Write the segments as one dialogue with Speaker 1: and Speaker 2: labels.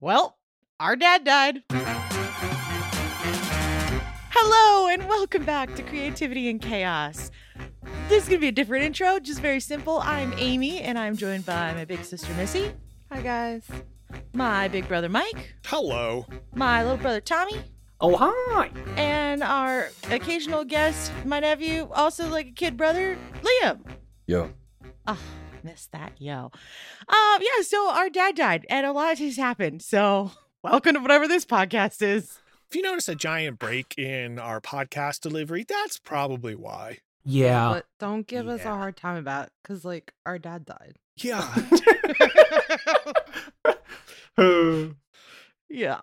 Speaker 1: Well, our dad died. Hello, and welcome back to Creativity and Chaos. This is going to be a different intro, just very simple. I'm Amy, and I'm joined by my big sister Missy,
Speaker 2: Hi guys.
Speaker 1: my big brother Mike,
Speaker 3: Hello.
Speaker 1: my little brother Tommy,
Speaker 4: Oh, hi.
Speaker 1: and our occasional guest, my nephew, also like a kid brother, Liam.
Speaker 5: Yo.
Speaker 1: Oh, missed that, yo. Um, yeah, so our dad died, and a lot has happened. So welcome to whatever this podcast is.
Speaker 3: If you notice a giant break in our podcast delivery, that's probably why.
Speaker 4: Oh, Yeah.
Speaker 2: But don't give us a
Speaker 3: yeah.
Speaker 2: hard time about it, cause like our dad died.
Speaker 3: Yeah.
Speaker 4: Uh,
Speaker 1: Yeah.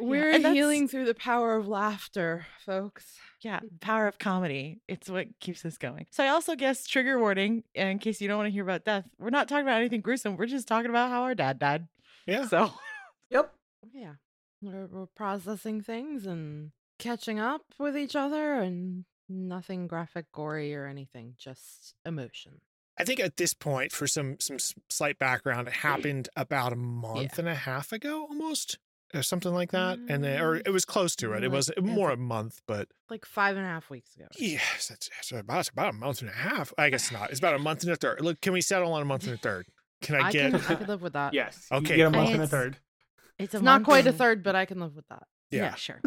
Speaker 2: We're
Speaker 1: and that's-
Speaker 2: healing through the power of laughter, folks.
Speaker 1: Yeah, the power of comedy. It's what keeps us going. So I also guess trigger warning in case you don't want to hear about death. We're not talking about anything gruesome. We're just talking about how our dad died.
Speaker 3: yeah.
Speaker 1: So
Speaker 4: yep.
Speaker 2: Yeah. We're, we're processing things and catching up with each other and nothing graphic, gory, or anything, just emotion.
Speaker 3: I think at this point, for some some s- slight background, it happened about a month
Speaker 2: Yeah.
Speaker 3: and a half ago, almost, or something like that. And then, or
Speaker 2: Mm,
Speaker 3: it was close to it. It
Speaker 2: like
Speaker 3: was
Speaker 2: as
Speaker 3: more
Speaker 2: a-
Speaker 3: a month, but
Speaker 2: Like five and a half weeks ago.
Speaker 3: yes, it's, it's about it's about a month and a half. I guess not. It's about a month and a third. Look, can we settle on a month and a third? Can I,
Speaker 2: I,
Speaker 3: get?
Speaker 2: can, I can live with that.
Speaker 4: Yes.
Speaker 3: Okay,
Speaker 4: You get a month
Speaker 1: cool.
Speaker 4: and a
Speaker 1: It's-
Speaker 4: third.
Speaker 1: it's,
Speaker 2: It's not quite a
Speaker 1: third.
Speaker 2: third, but I can live with that.
Speaker 3: yeah.
Speaker 1: sure.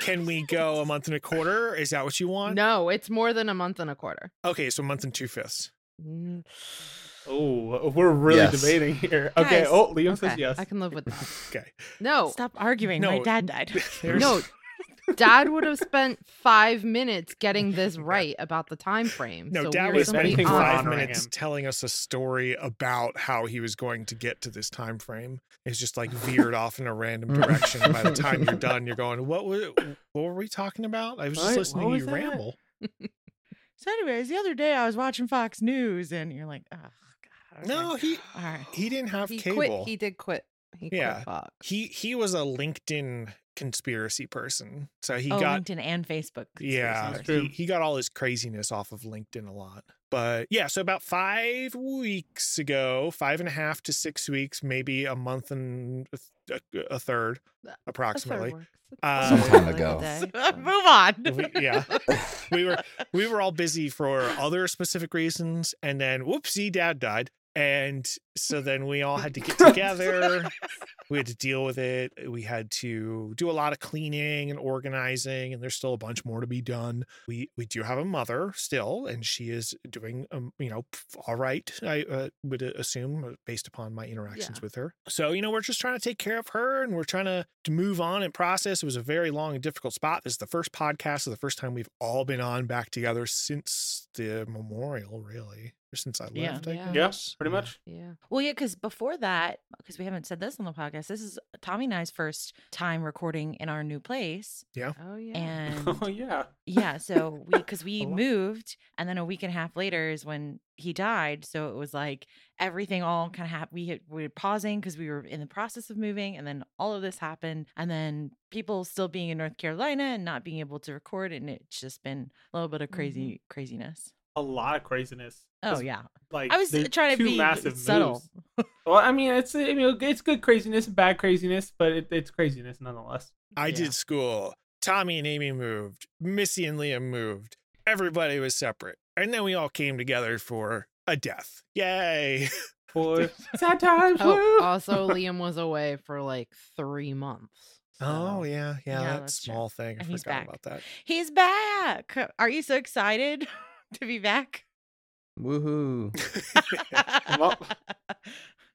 Speaker 3: Can we go a month and a quarter? Is that what you want?
Speaker 2: No, it's more than a month and a quarter.
Speaker 3: Okay, so a month and two fifths.
Speaker 2: Mm,
Speaker 4: Oh, we're really
Speaker 5: Yes.
Speaker 4: debating here. Okay.
Speaker 1: Guys,
Speaker 4: oh, Liam
Speaker 2: okay,
Speaker 4: says yes.
Speaker 2: I can live with that.
Speaker 3: Okay.
Speaker 2: Oh. No,
Speaker 1: Stop arguing. My
Speaker 3: No,
Speaker 1: dad died.
Speaker 3: There's-
Speaker 2: No, Dad would have spent five minutes getting this right about the time frame.
Speaker 3: No,
Speaker 2: so
Speaker 3: Dad
Speaker 2: we
Speaker 3: was
Speaker 4: If
Speaker 3: spending
Speaker 4: anything, we're
Speaker 3: five
Speaker 4: honoring
Speaker 3: minutes
Speaker 4: him.
Speaker 3: telling us a story about how he was going to get to this time frame. It's just like veered off in a random direction. By the time you're done, you're going, "What were what were we talking about?" I was just
Speaker 4: Right,
Speaker 3: listening
Speaker 4: what
Speaker 3: to
Speaker 4: was
Speaker 3: you
Speaker 4: that?
Speaker 3: ramble.
Speaker 1: So, anyways, the other day I was watching Fox News, and you're like, oh god. okay.
Speaker 3: No, he
Speaker 1: All right.
Speaker 3: he didn't have
Speaker 2: he
Speaker 3: cable.
Speaker 2: quit. He did quit. He
Speaker 3: Yeah.
Speaker 2: quit Fox.
Speaker 3: he he was a LinkedIn conspiracy person, so he
Speaker 1: oh,
Speaker 3: got
Speaker 1: LinkedIn and Facebook.
Speaker 3: yeah
Speaker 1: conspiracy
Speaker 3: he,
Speaker 4: true.
Speaker 3: he got all his craziness off of linkedin a lot but yeah so about five weeks ago five and a half to six weeks maybe a month and a, th- a- a third approximately Uh,
Speaker 5: Some time ago.
Speaker 1: theories. Move on.
Speaker 3: We- yeah we were we were all busy for other specific reasons and then whoopsie dad died and so then we all had to get together we had to deal with it we had to do a lot of cleaning and organizing and there's still a bunch more to be done we we do have a mother still and she is doing um, you know p- all right i uh, would assume uh, based upon my interactions
Speaker 2: Yeah.
Speaker 3: with her so you know we're just trying to take care of her and we're trying to to move on and process it was a very long and difficult spot this is the first podcast so the first time we've all been on back together since the memorial really or since i left
Speaker 1: Yeah.
Speaker 3: I
Speaker 2: Yeah.
Speaker 3: guess.
Speaker 4: Yes. Pretty much.
Speaker 2: Yeah.
Speaker 1: Well, yeah, because before that, because we haven't said this on the podcast, this is Tommy and I's first time recording in our new place,
Speaker 2: Oh yeah.
Speaker 4: Oh
Speaker 1: and
Speaker 4: yeah.
Speaker 1: yeah, so we because we
Speaker 4: Oh, wow.
Speaker 1: moved, and then a week and a half later is when he died. So it was like everything all kind of happened. We had, we were pausing because we were in the process of moving, and then all of this happened, and then people still being in North Carolina and not being able to record, and it's just been a little bit of
Speaker 4: Mm-hmm.
Speaker 2: Mhm.
Speaker 1: crazy craziness.
Speaker 4: A lot of craziness.
Speaker 1: Oh
Speaker 4: 'Cause,
Speaker 1: yeah,
Speaker 4: Like
Speaker 1: I was
Speaker 4: they're
Speaker 1: trying to
Speaker 4: two
Speaker 1: be
Speaker 4: massive
Speaker 1: subtle.
Speaker 4: moves. Well, I mean, it's I mean, it's good craziness, and bad craziness, but it, it's craziness nonetheless.
Speaker 3: I
Speaker 1: Yeah.
Speaker 3: did school. Tommy and Amy moved. Missy and Liam moved. Everybody was separate. And then we all came together for a death. Yay.
Speaker 4: Boy, sad times.
Speaker 2: Oh,
Speaker 4: woo!
Speaker 2: also Liam was away for like three months.
Speaker 3: Oh,
Speaker 2: so-
Speaker 3: yeah.
Speaker 1: Yeah,
Speaker 3: Yeah. that
Speaker 1: that's true.
Speaker 3: small thing. I
Speaker 1: And he's
Speaker 3: forgot
Speaker 1: back.
Speaker 3: about that.
Speaker 1: He's back. Are you so excited to be back?
Speaker 5: Woohoo.
Speaker 4: Well-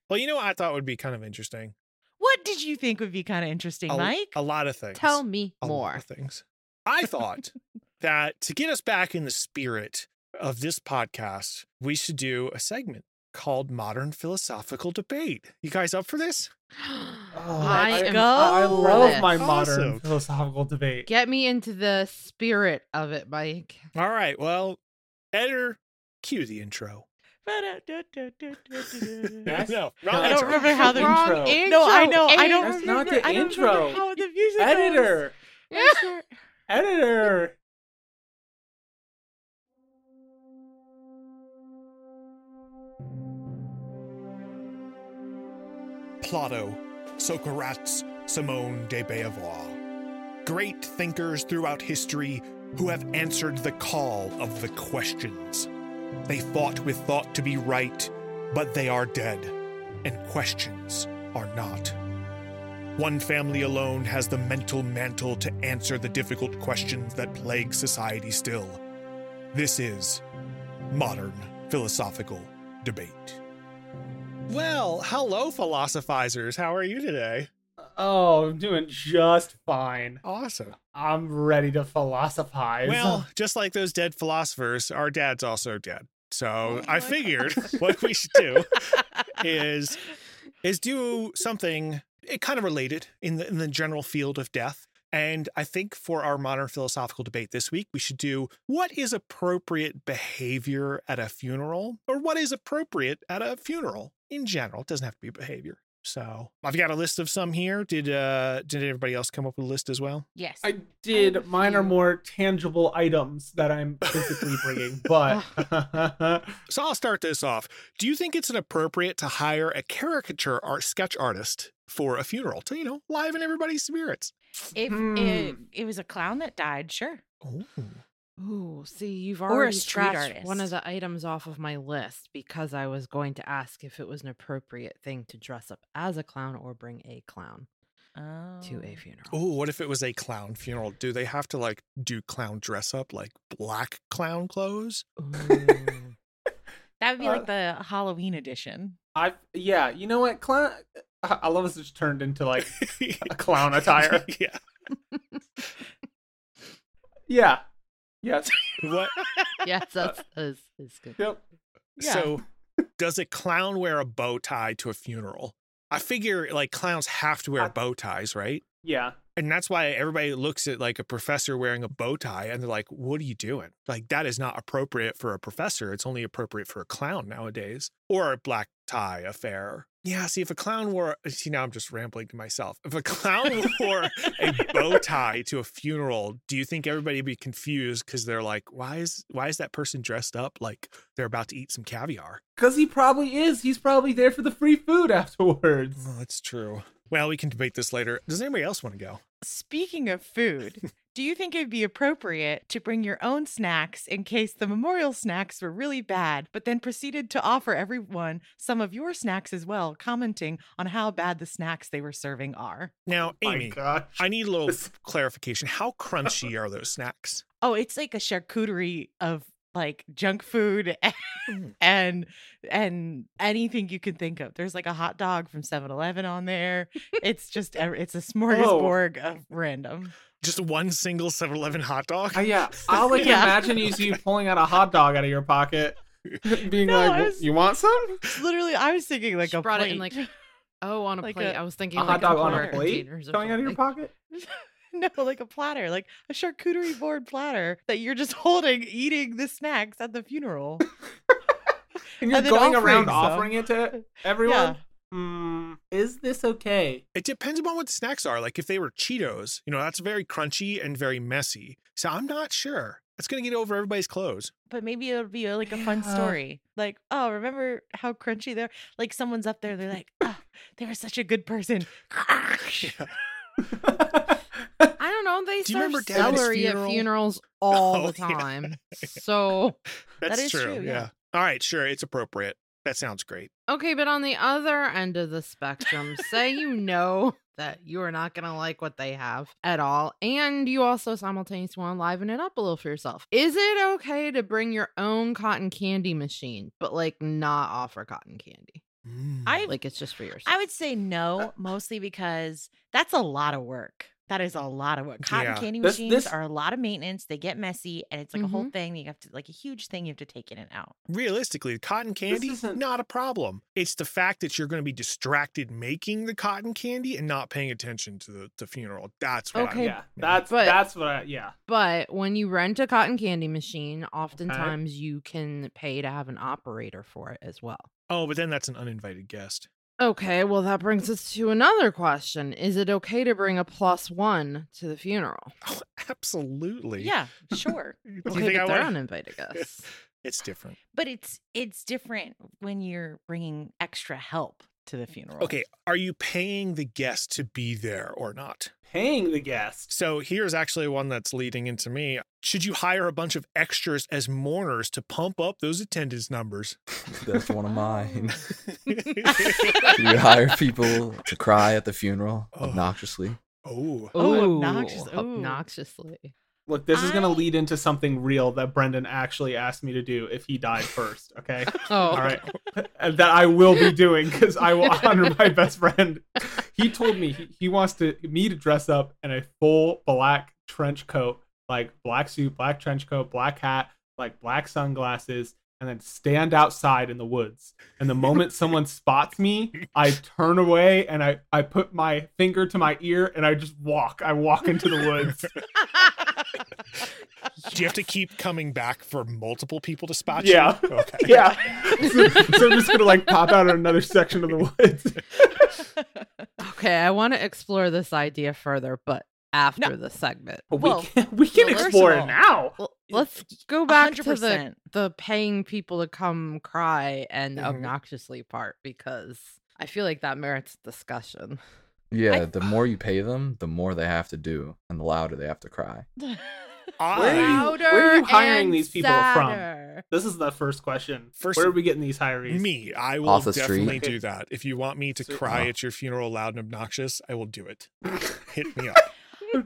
Speaker 3: Well, you know what I thought would be kind of interesting?
Speaker 1: what did you think would be kind of interesting,
Speaker 3: A,
Speaker 1: Mike?
Speaker 3: a lot of things.
Speaker 2: Tell me
Speaker 3: a lot
Speaker 2: more.
Speaker 3: of things. I thought that to get us back in the spirit of this podcast, we should do a segment called Modern Philosophical Debate. You guys up for this? Oh,
Speaker 2: I am
Speaker 4: I, I
Speaker 2: all for
Speaker 4: love
Speaker 2: this.
Speaker 4: my modern
Speaker 3: Awesome.
Speaker 4: philosophical debate.
Speaker 2: Get me into the spirit of it, Mike.
Speaker 3: All right. Well, editor, cue the intro.
Speaker 4: Yes.
Speaker 3: No,
Speaker 4: No,
Speaker 3: wrong
Speaker 1: I don't
Speaker 3: intro.
Speaker 1: remember how the
Speaker 4: Wrong
Speaker 2: Wrong
Speaker 4: intro.
Speaker 1: No, I know. I don't
Speaker 4: That's
Speaker 1: remember.
Speaker 4: not the
Speaker 1: I don't remember
Speaker 4: intro.
Speaker 1: how the music goes.
Speaker 4: Editor,
Speaker 1: I'm sure-
Speaker 4: editor.
Speaker 3: Plotto,
Speaker 6: Socorats, Simone de Beauvoir. Great thinkers throughout history who have answered the call of the questions. They fought with thought to be right, but they are dead, and questions are not. One family alone has the mental mantle to answer the difficult questions that plague society still. This is modern philosophical debate.
Speaker 3: Well, hello, philosophizers. How are you today?
Speaker 4: Oh, I'm doing just fine.
Speaker 3: Awesome.
Speaker 4: I'm ready to philosophize.
Speaker 3: Well, just like those dead philosophers, our dad's also dead. So I figured what we should do is is do something eh, kind of related in the in the general field of death. And I think for our modern philosophical debate this week, we should do what is appropriate behavior at a funeral, or what is appropriate at a funeral in general. It doesn't have to be behavior. So I've got a list of some here. Did uh did everybody else come up with a list as well?
Speaker 1: Yes.
Speaker 4: I did.
Speaker 1: I have a
Speaker 4: Mine are
Speaker 1: few.
Speaker 4: more tangible items that I'm physically bringing, but
Speaker 3: So I'll start this off. Do you think it's inappropriate to hire a caricature art sketch artist for a funeral to, you know, liven everybody's spirits?
Speaker 1: if it,
Speaker 4: Hmm.
Speaker 1: it was a clown that died, sure.
Speaker 3: Ooh.
Speaker 2: Ooh, see, you've
Speaker 1: Or a
Speaker 2: already
Speaker 1: street
Speaker 2: scratched one
Speaker 1: artist.
Speaker 2: of the items off of my list because I was going to ask if it was an appropriate thing to dress up as a clown or bring a clown
Speaker 1: Oh.
Speaker 2: to a funeral.
Speaker 3: Ooh, what if it was a clown funeral? Do they have to like do clown dress up, like black clown clothes?
Speaker 2: Ooh.
Speaker 1: That would be
Speaker 4: Uh,
Speaker 1: like the Halloween edition.
Speaker 4: I yeah. You know what, clown? I I love this. It's turned into like a clown attire.
Speaker 3: yeah.
Speaker 4: Yeah. Yes.
Speaker 3: What?
Speaker 2: yes, that's, that's, that's good.
Speaker 4: Yep. Yeah.
Speaker 3: So, does a clown wear a bow tie to a funeral? I figure like clowns have to wear
Speaker 4: I-
Speaker 3: bow ties, right?
Speaker 4: Yeah.
Speaker 3: And that's why everybody looks at like a professor wearing a bow tie and they're like, what are you doing? Like, that is not appropriate for a professor. It's only appropriate for a clown nowadays or a black tie affair. Yeah, see, if a clown wore, see, now I'm just rambling to myself. If a clown wore a bow tie to a funeral, do you think everybody would be confused because they're like, why is why is that person dressed up like they're about to eat some caviar?
Speaker 4: Because he probably is. He's probably there for the free food afterwards.
Speaker 3: Oh, that's true. Well, we can debate this later. Does anybody else want to go?
Speaker 1: Speaking of food, do you think it would be appropriate to bring your own snacks in case the memorial snacks were really bad, but then proceeded to offer everyone some of your snacks as well, commenting on how bad the snacks they were serving are?
Speaker 3: Now,
Speaker 4: My
Speaker 3: Amy,
Speaker 4: gosh.
Speaker 3: I need a little
Speaker 4: This-
Speaker 3: clarification. How crunchy are those snacks?
Speaker 1: Oh, it's like a charcuterie of like junk food
Speaker 2: Mm.
Speaker 1: and and anything you can think of. There's like a hot dog from 7-Eleven on there. It's just a- it's a
Speaker 2: Oh.
Speaker 1: smorgasbord of random.
Speaker 3: Just one single 7-Eleven hot dog?
Speaker 4: Oh, yeah. All I can
Speaker 1: Yeah.
Speaker 4: imagine is you pulling out a hot dog out of your pocket, being
Speaker 1: No,
Speaker 4: like,
Speaker 1: I was-
Speaker 4: "You want some?"
Speaker 1: It's literally I was thinking like
Speaker 2: She
Speaker 1: a
Speaker 2: brought
Speaker 1: plate.
Speaker 2: it in like oh on a
Speaker 1: Like
Speaker 2: plate.
Speaker 1: a-
Speaker 2: I was thinking
Speaker 4: A
Speaker 2: like
Speaker 4: hot dog on a
Speaker 2: platter
Speaker 4: plate
Speaker 2: containers or
Speaker 4: coming out of your
Speaker 2: something.
Speaker 4: pocket.
Speaker 1: No, like a platter, like a charcuterie board platter that you're just holding, eating the snacks at the funeral.
Speaker 4: And you're
Speaker 1: And then
Speaker 4: going
Speaker 1: offering
Speaker 4: around
Speaker 1: some.
Speaker 4: offering it to everyone.
Speaker 1: Yeah.
Speaker 4: Hmm, is this okay?
Speaker 3: It depends upon what the snacks are. Like if they were Cheetos, you know, that's very crunchy and very messy. So I'm not sure. That's going to get over everybody's clothes.
Speaker 1: But maybe it'll be uh, like a fun
Speaker 4: Yeah.
Speaker 1: story. Like, oh, remember how crunchy they're? Like, someone's up there, they're like, oh, they were such a good person.
Speaker 2: I don't know. They
Speaker 3: Do you
Speaker 2: serve
Speaker 3: remember Dad's
Speaker 2: celery at
Speaker 3: funeral?
Speaker 2: funerals all
Speaker 3: Oh,
Speaker 2: the
Speaker 3: yeah.
Speaker 2: time. So
Speaker 3: That's
Speaker 1: is true, yeah.
Speaker 3: All right, sure. It's appropriate. That sounds great.
Speaker 2: okay, but on the other end of the spectrum, say you know that you are not gonna like what they have at all, and you also simultaneously want to liven it up a little for yourself. Is it okay to bring your own cotton candy machine, but like not offer cotton candy?
Speaker 4: Mm.
Speaker 1: I-
Speaker 2: Like it's just for yourself.
Speaker 1: I would say no, mostly because that's a lot of work. That is a lot of work. Cotton
Speaker 3: Yeah.
Speaker 1: candy
Speaker 4: This-
Speaker 1: machines
Speaker 4: this-
Speaker 1: are a lot of maintenance. They get messy, and it's like a whole
Speaker 2: Mhm.
Speaker 1: thing. You have to like a huge thing. You have to take in and out.
Speaker 3: Realistically, cotton candy,
Speaker 4: isn't-
Speaker 3: not a problem. It's the fact that you're going to be distracted making the cotton candy and not paying attention to the, the funeral. That's what
Speaker 2: Okay,
Speaker 3: I
Speaker 4: yeah, that's
Speaker 2: But-
Speaker 4: that's what. I, yeah,
Speaker 2: But when you rent a cotton candy machine, oftentimes you can pay to have an operator for it as well.
Speaker 3: Oh, but then that's an uninvited guest.
Speaker 2: Okay, well, that brings us to another question. Is it okay to bring a plus one to the funeral?
Speaker 3: Oh, absolutely.
Speaker 1: Yeah, sure.
Speaker 3: Do you
Speaker 2: Okay,
Speaker 3: think I
Speaker 2: but they're
Speaker 3: wanna-
Speaker 2: uninvited guests.
Speaker 3: It's different.
Speaker 1: but it's it's different when you're bringing extra help to the funeral.
Speaker 3: Okay, are you paying the guest to be there or not?
Speaker 4: Paying the guest.
Speaker 3: So here's actually one that's leading into me. Should you hire a bunch of extras as mourners to pump up those attendance numbers?
Speaker 5: That's one of mine. you hire people to cry at the funeral
Speaker 3: Oh.
Speaker 5: obnoxiously.
Speaker 3: oh,
Speaker 1: Oh, obnoxious.
Speaker 2: Ooh,
Speaker 1: Ooh.
Speaker 2: Obnoxiously.
Speaker 4: Look, this is going to
Speaker 1: I-
Speaker 4: lead into something real that Brendan actually asked me to do if he died first, okay?
Speaker 2: Oh,
Speaker 4: All right. And that I will be doing because I will honor my best friend. He told me he, he wants to me to dress up in a full black trench coat, like black suit, black trench coat, black hat, like black sunglasses, and then stand outside in the woods. And the moment someone spots me, I turn away and I, I put my finger to my ear and I just walk. I walk into the woods.
Speaker 3: do you have to keep coming back for multiple people to spot
Speaker 4: Yeah.
Speaker 3: you? Okay.
Speaker 4: yeah. So, so I'm just gonna like pop out in another section of the woods.
Speaker 2: Okay, I want to explore this idea further, but after the segment.
Speaker 4: But
Speaker 1: Well,
Speaker 4: we can, we can
Speaker 1: well, first of
Speaker 4: explore it
Speaker 1: all-
Speaker 4: now.
Speaker 2: Well, let's go uh, back to the the paying people to come cry and
Speaker 4: Mm-hmm.
Speaker 3: Mhm.
Speaker 2: obnoxiously part because I feel like that merits discussion.
Speaker 5: Yeah, the more you pay them, the more they have to do, and the louder they have to cry.
Speaker 4: Where are
Speaker 3: I,
Speaker 4: you- where are you hiring these people from? This is the first question.
Speaker 3: First-
Speaker 4: Where are we getting these hirees?
Speaker 3: me, I will
Speaker 5: Off the street.
Speaker 3: definitely do that. If you want me to
Speaker 4: So-
Speaker 3: cry
Speaker 5: Oh.
Speaker 3: at your funeral loud and obnoxious, I will do it. Hit me up.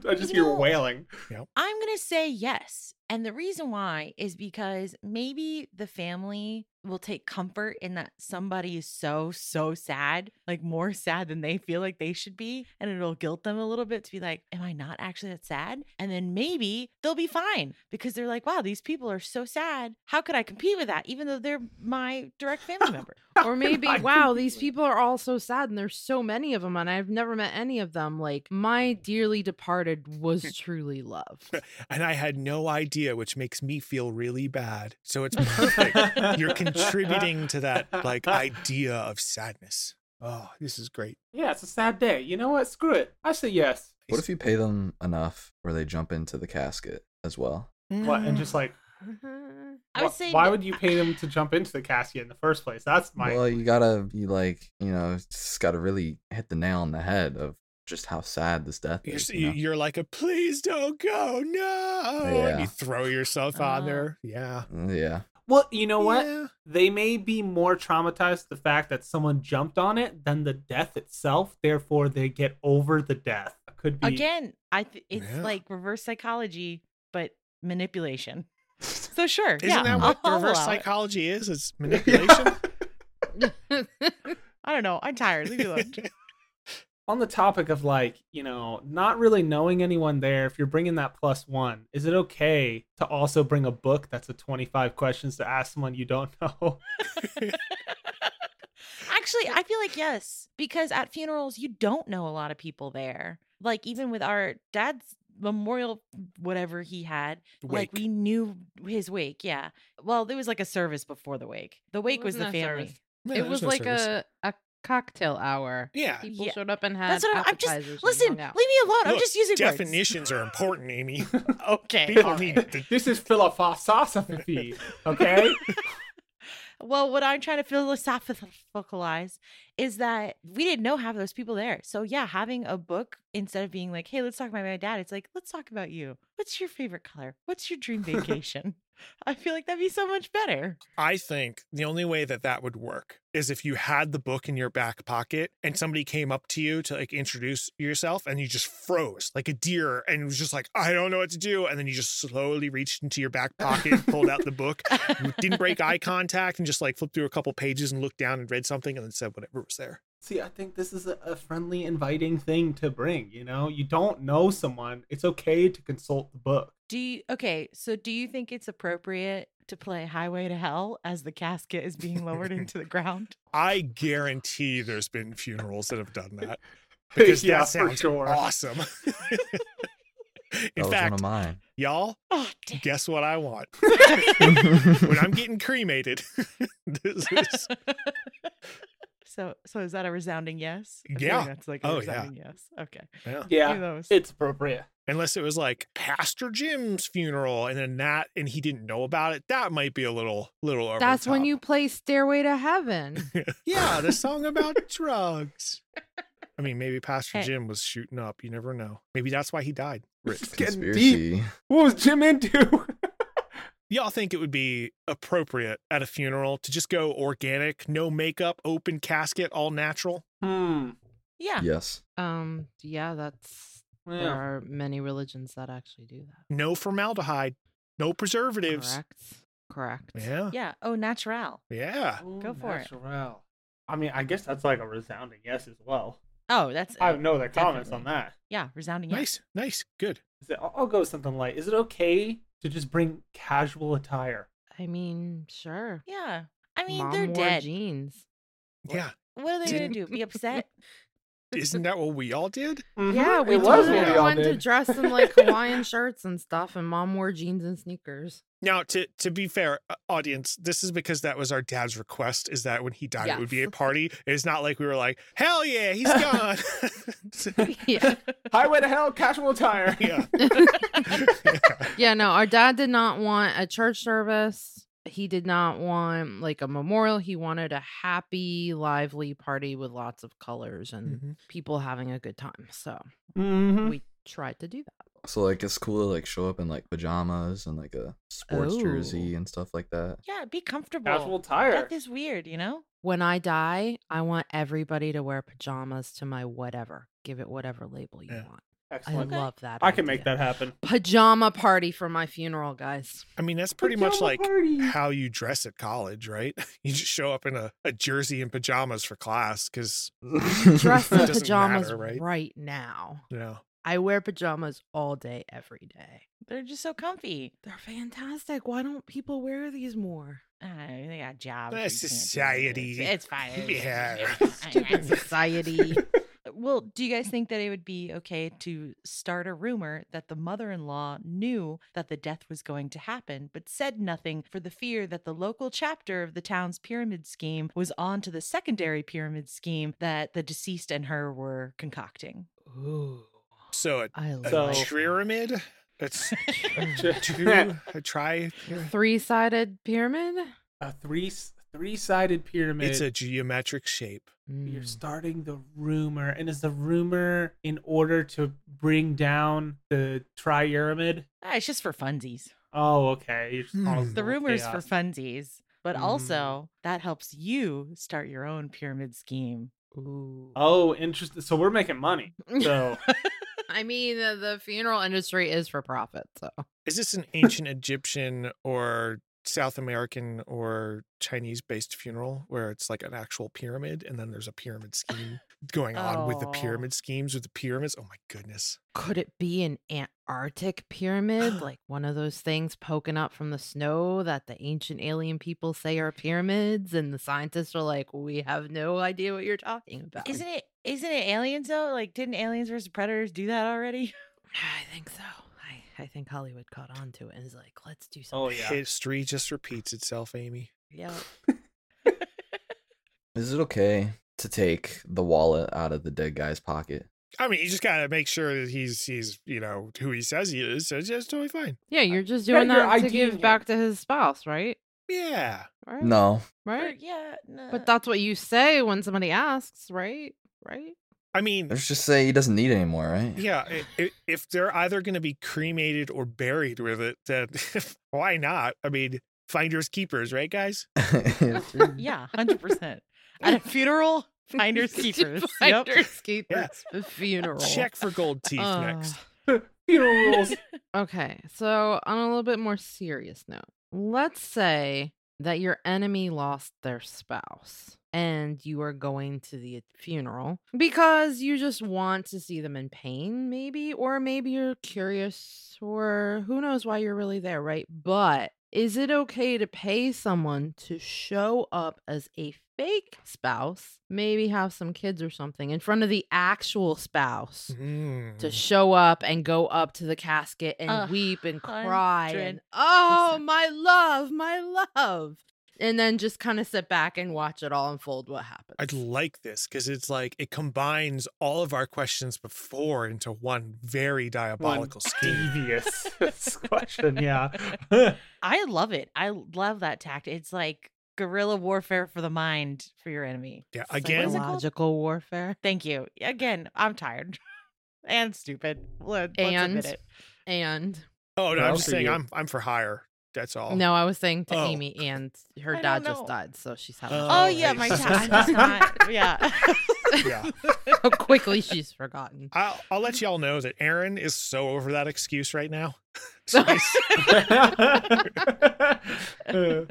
Speaker 4: I just hear
Speaker 1: No.
Speaker 4: wailing.
Speaker 1: I'm going to say yes. And the reason why is because maybe the family will take comfort in that somebody is so, so sad, like more sad than they feel like they should be. And it'll guilt them a little bit to be like, am I not actually that sad? And then maybe they'll be fine because they're like, wow, these people are so sad. How could I compete with that? Even though they're my direct family member.
Speaker 2: Or maybe,
Speaker 4: I
Speaker 2: wow,
Speaker 4: couldn't
Speaker 2: these
Speaker 4: believe
Speaker 2: people are all so sad and there's so many of them and I've never met any of them. Like, my dearly departed was truly loved.
Speaker 3: And I had no idea, which makes me feel really bad. So it's perfect. You're contributing to that like idea of sadness. Oh, this is great.
Speaker 4: Yeah, it's a sad day. You know what? Screw it. I say yes.
Speaker 5: What if you pay them enough where they jump into the casket as well?
Speaker 4: What? And just like,
Speaker 1: Mm. I would
Speaker 4: wh-
Speaker 1: say
Speaker 4: why
Speaker 1: no-
Speaker 4: would you pay them to jump into the casket in the first place? That's my.
Speaker 5: well, you gotta be like, you know, just gotta really hit the nail on the head of just how sad this death
Speaker 3: You're,
Speaker 5: is.
Speaker 3: s-
Speaker 5: you know?
Speaker 3: you're like a please don't go, no. And
Speaker 5: Yeah.
Speaker 3: you throw yourself on
Speaker 1: Ah.
Speaker 3: there. Yeah.
Speaker 5: Yeah.
Speaker 4: Well, you know what?
Speaker 3: Yeah.
Speaker 4: They may be more traumatized the fact that someone jumped on it than the death itself. Therefore, they get over the death. Could be
Speaker 1: Again, I th- it's
Speaker 3: Yeah.
Speaker 1: like reverse psychology, but manipulation. So sure,
Speaker 3: Isn't
Speaker 1: yeah,
Speaker 3: that what
Speaker 1: I'll
Speaker 3: reverse
Speaker 1: allow it.
Speaker 3: psychology is? It's manipulation.
Speaker 1: I don't know. I'm tired. Leave me alone.
Speaker 4: on the topic of like you know not really knowing anyone there if you're bringing that plus one is it okay to also bring a book that's a 25 questions to ask someone you don't know
Speaker 1: Actually, I feel like yes, because at funerals you don't know a lot of people there. Like even with our dad's memorial, whatever he had, like we knew his wake. Yeah, well, there was like a service before the wake. The wake was the
Speaker 2: wasn't a
Speaker 1: family.
Speaker 2: service. it was like a, a cocktail hour.
Speaker 3: Yeah.
Speaker 2: People
Speaker 1: Uh, Yeah.
Speaker 2: showed up and had
Speaker 1: That's what I'm, I'm
Speaker 2: appetizers.
Speaker 1: just.
Speaker 2: and
Speaker 1: Listen, leave
Speaker 2: hung
Speaker 1: me alone.
Speaker 2: out.
Speaker 1: I'm
Speaker 3: Look,
Speaker 1: just using words.
Speaker 3: Definitions are important, Amy.
Speaker 1: Okay.
Speaker 3: People
Speaker 1: all
Speaker 3: need
Speaker 1: right.
Speaker 3: the
Speaker 4: this is philosophy okay
Speaker 1: Well, what I'm trying to philosophicalize is that we didn't know half of those people there. So yeah, having a book instead of being like, "Hey, let's talk about my dad," it's like, "Let's talk about you. What's your favorite color? What's your dream vacation?" I feel like that'd be so much better.
Speaker 3: I think the only way that that would work is if you had the book in your back pocket and somebody came up to you to like introduce yourself and you just froze like a deer and was just like, I don't know what to do. And then you just slowly reached into your back pocket, pulled out the book, didn't break eye contact, and just like flipped through a couple pages and looked down and read something and then said whatever was there.
Speaker 4: see i think this is a, a friendly inviting thing to bring you know you don't know someone it's okay to consult the book
Speaker 1: Do you okay? So do you think it's appropriate to play Highway to Hell as the casket is being lowered into the ground?
Speaker 3: I guarantee there's been funerals that have done that because
Speaker 4: yeah
Speaker 3: that
Speaker 4: for
Speaker 3: sounds
Speaker 4: sure
Speaker 3: awesome.
Speaker 5: That
Speaker 3: in
Speaker 5: was one
Speaker 3: fact,
Speaker 5: of mine.
Speaker 3: y'all,
Speaker 1: Oh, damn.
Speaker 3: guess what I want? when I'm getting cremated, this is
Speaker 1: So, so is that a resounding yes? I feel
Speaker 6: Yeah.
Speaker 1: like that's like a
Speaker 6: Oh, yeah.
Speaker 1: resounding yes. Okay.
Speaker 6: Yeah.
Speaker 1: Knew
Speaker 4: Yeah,
Speaker 1: that was-
Speaker 4: it's appropriate.
Speaker 3: Unless it was like Pastor Jim's funeral and then that and he didn't know about it. That might be a little little over. the
Speaker 2: That's when
Speaker 3: top.
Speaker 2: you play Stairway to Heaven.
Speaker 3: Yeah, the song about drugs. I mean, maybe Pastor
Speaker 1: Hey.
Speaker 3: Jim was shooting up. You never know. Maybe that's why he died. Rich.
Speaker 4: It's getting deep.
Speaker 5: Conspiracy.
Speaker 4: What was Jim into?
Speaker 3: Y'all think it would be appropriate at a funeral to just go organic, no makeup, open casket, all natural?
Speaker 4: hmm.
Speaker 1: Yeah.
Speaker 5: Yes.
Speaker 2: um, yeah, that's there
Speaker 4: Yeah.
Speaker 2: are many religions that actually do that.
Speaker 3: No formaldehyde, no preservatives.
Speaker 2: Correct. Correct.
Speaker 3: Yeah.
Speaker 1: Yeah. Oh, natural.
Speaker 3: Yeah.
Speaker 1: Go for it.
Speaker 4: it. I mean, I guess that's like a resounding yes as well.
Speaker 1: Oh, that's
Speaker 4: I
Speaker 1: uh,
Speaker 4: have no other comments on
Speaker 1: definitely.
Speaker 4: that.
Speaker 1: Yeah, resounding yes.
Speaker 3: Nice. Nice. Good.
Speaker 4: Is it, I'll I'll go with something like, is it okay to just bring casual attire?
Speaker 2: I mean, sure.
Speaker 1: Yeah. I mean,
Speaker 2: Mom
Speaker 1: they're
Speaker 2: wore
Speaker 1: dead.
Speaker 2: Jeans.
Speaker 3: Yeah.
Speaker 1: What are they going to do? Be upset?
Speaker 3: Isn't that what we all did?
Speaker 2: Yeah,
Speaker 4: Mm-hmm. it
Speaker 2: we told
Speaker 4: was what we all
Speaker 2: everyone to
Speaker 4: did.
Speaker 2: dress in like Hawaiian shirts and stuff, and mom wore jeans and sneakers.
Speaker 3: Now, to to be fair, uh, audience, this is because that was our dad's request. Is that when he died, it would be a
Speaker 2: Yes.
Speaker 3: party. It's not like we were like, hell yeah, he's gone.
Speaker 2: Yeah.
Speaker 4: Highway to hell, casual attire.
Speaker 3: yeah.
Speaker 2: yeah, no, our dad did not want a church service. He did not want like a memorial. He wanted a happy, lively party with lots of colors and
Speaker 4: Mm-hmm.
Speaker 3: Mhm.
Speaker 2: people having a good time. So
Speaker 4: hmm
Speaker 2: we tried to do that.
Speaker 5: So like it's cool to like show up in like pajamas and like a sports jersey
Speaker 2: Oh.
Speaker 5: and stuff like that.
Speaker 1: yeah, be comfortable.
Speaker 4: Casual
Speaker 1: Death
Speaker 4: attire.
Speaker 1: is weird, you know?
Speaker 2: When I die, I want everybody to wear pajamas to my whatever. Give it whatever label you
Speaker 3: Yeah.
Speaker 2: want. I
Speaker 4: Excellent.
Speaker 2: love that.
Speaker 4: I can make
Speaker 2: idea.
Speaker 4: that happen.
Speaker 2: Pajama party for my funeral, guys.
Speaker 3: I mean, that's pretty much
Speaker 4: Pajama
Speaker 3: like
Speaker 4: party.
Speaker 3: how you dress at college, right? You just show up in a, a jersey and pajamas for class because,
Speaker 2: dress in
Speaker 3: It doesn't
Speaker 2: pajamas
Speaker 3: matter, right?
Speaker 2: right? now.
Speaker 3: you know,
Speaker 2: I wear pajamas all day, every day.
Speaker 1: They're just so comfy.
Speaker 2: They're fantastic. Why don't people wear these more?
Speaker 1: I don't know, they got jobs.
Speaker 3: Eh,
Speaker 1: where you can't do that.
Speaker 3: society.
Speaker 1: It's fine.
Speaker 3: Yeah.
Speaker 2: Stupid society.
Speaker 1: Well, do you guys think that it would be okay to start a rumor that the mother in law knew that the death was going to happen, but said nothing for the fear that the local chapter of the town's pyramid scheme was on to the secondary pyramid scheme that the deceased and her were concocting?
Speaker 2: Ooh.
Speaker 3: so a,
Speaker 2: I
Speaker 3: a
Speaker 4: So-
Speaker 2: love
Speaker 3: pyramid. It's two.
Speaker 4: a
Speaker 3: I try.
Speaker 2: three sided pyramid.
Speaker 4: three three sided pyramid.
Speaker 3: It's a geometric shape.
Speaker 2: Mm.
Speaker 4: You're starting the rumor, and is the rumor in order to bring down the triuramid?
Speaker 1: Ah, it's just for funsies.
Speaker 4: Oh, okay. You're just
Speaker 3: Hmm.
Speaker 4: causing
Speaker 2: Mm,
Speaker 1: The
Speaker 4: a little
Speaker 1: rumor's for
Speaker 4: chaos.
Speaker 1: funsies, but
Speaker 2: Mm-hmm.
Speaker 4: Mm.
Speaker 1: also that helps you start your own pyramid scheme.
Speaker 2: Ooh.
Speaker 4: Oh, interesting. So we're making money. So
Speaker 2: I mean, the, the funeral industry is for profit, so
Speaker 3: Is this an ancient Egyptian or South American or Chinese based funeral where it's like an actual pyramid and then there's a pyramid scheme going on with the
Speaker 1: Oh.
Speaker 3: pyramid schemes with the pyramids? Oh my goodness.
Speaker 2: could it be an Antarctic pyramid, like one of those things poking up from the snow that the ancient alien people say are pyramids, and the scientists are like, "We have no idea what you're talking about."
Speaker 1: Isn't it? Isn't it aliens though? Like, didn't aliens versus predators do that already?
Speaker 2: I think so. I, I think Hollywood caught on to it and is like, "Let's do something."
Speaker 4: Oh, yeah.
Speaker 3: History just repeats itself, Amy.
Speaker 2: yeah.
Speaker 5: Is it okay to take the wallet out of the dead guy's pocket?
Speaker 3: I mean, you just gotta make sure that he's he's you know who he says he is. So it's just totally fine.
Speaker 2: Yeah, you're just
Speaker 4: Yeah,
Speaker 2: doing
Speaker 4: you're
Speaker 2: that to
Speaker 4: IDing
Speaker 2: give
Speaker 4: him.
Speaker 2: back to his spouse, right?
Speaker 3: Yeah,
Speaker 2: Right?
Speaker 5: No.
Speaker 1: Or-
Speaker 2: Right?
Speaker 1: yeah. No.
Speaker 2: But that's what you say when somebody asks, right? Right?
Speaker 3: I mean,
Speaker 5: Let's just say he doesn't need it anymore, right?
Speaker 3: yeah. i- i- If they're either gonna be cremated or buried with it, then why not? I mean, finders keepers, right, guys?
Speaker 1: yeah, hundred percent at a funeral. Finders keepers. Yep.
Speaker 2: Finders keepers. Funeral.
Speaker 3: Check for gold teeth
Speaker 2: Uh,
Speaker 3: next.
Speaker 4: funeral rules.
Speaker 2: Okay, so on a little bit more serious note, let's say that your enemy lost their spouse and you are going to the funeral because you just want to see them in pain, maybe, or maybe you're curious, or who knows why you're really there, right? But is it okay to pay someone to show up as a fake spouse, maybe have some kids or something in front of the actual spouse? to
Speaker 3: Mm.
Speaker 2: show up and go up to the casket and
Speaker 1: A
Speaker 2: weep and cry
Speaker 1: hundred
Speaker 2: and oh
Speaker 1: percent.
Speaker 2: my love my love and then just kind of sit back and watch it all unfold what happens.
Speaker 3: I'd like this because it's like it combines all of our questions before into one very diabolical scheme.
Speaker 4: devious question. Yeah.
Speaker 1: I love it. I love that tactic. It's like guerrilla warfare for the mind for your enemy.
Speaker 3: Yeah,
Speaker 1: It's like, what
Speaker 3: again,
Speaker 1: is it called?
Speaker 2: Psychological warfare.
Speaker 1: Thank you. Again, I'm tired and stupid. Let, us
Speaker 2: And-
Speaker 1: admit it.
Speaker 2: And
Speaker 3: oh no,
Speaker 4: Well,
Speaker 3: I'm just
Speaker 4: for
Speaker 3: saying
Speaker 4: you.
Speaker 3: I'm I'm for hire. That's all.
Speaker 2: no, I was saying to
Speaker 3: Oh.
Speaker 2: Amy, and her
Speaker 1: I
Speaker 2: dad
Speaker 1: don't
Speaker 2: just
Speaker 1: know.
Speaker 2: died, so she's had.
Speaker 3: Oh,
Speaker 1: Oh, yeah,
Speaker 3: right.
Speaker 1: my dad. I'm just not. Yeah.
Speaker 3: Yeah.
Speaker 2: How quickly she's forgotten.
Speaker 3: I'll I'll let y'all know that Aaron is so over that excuse right now. So he's- yeah.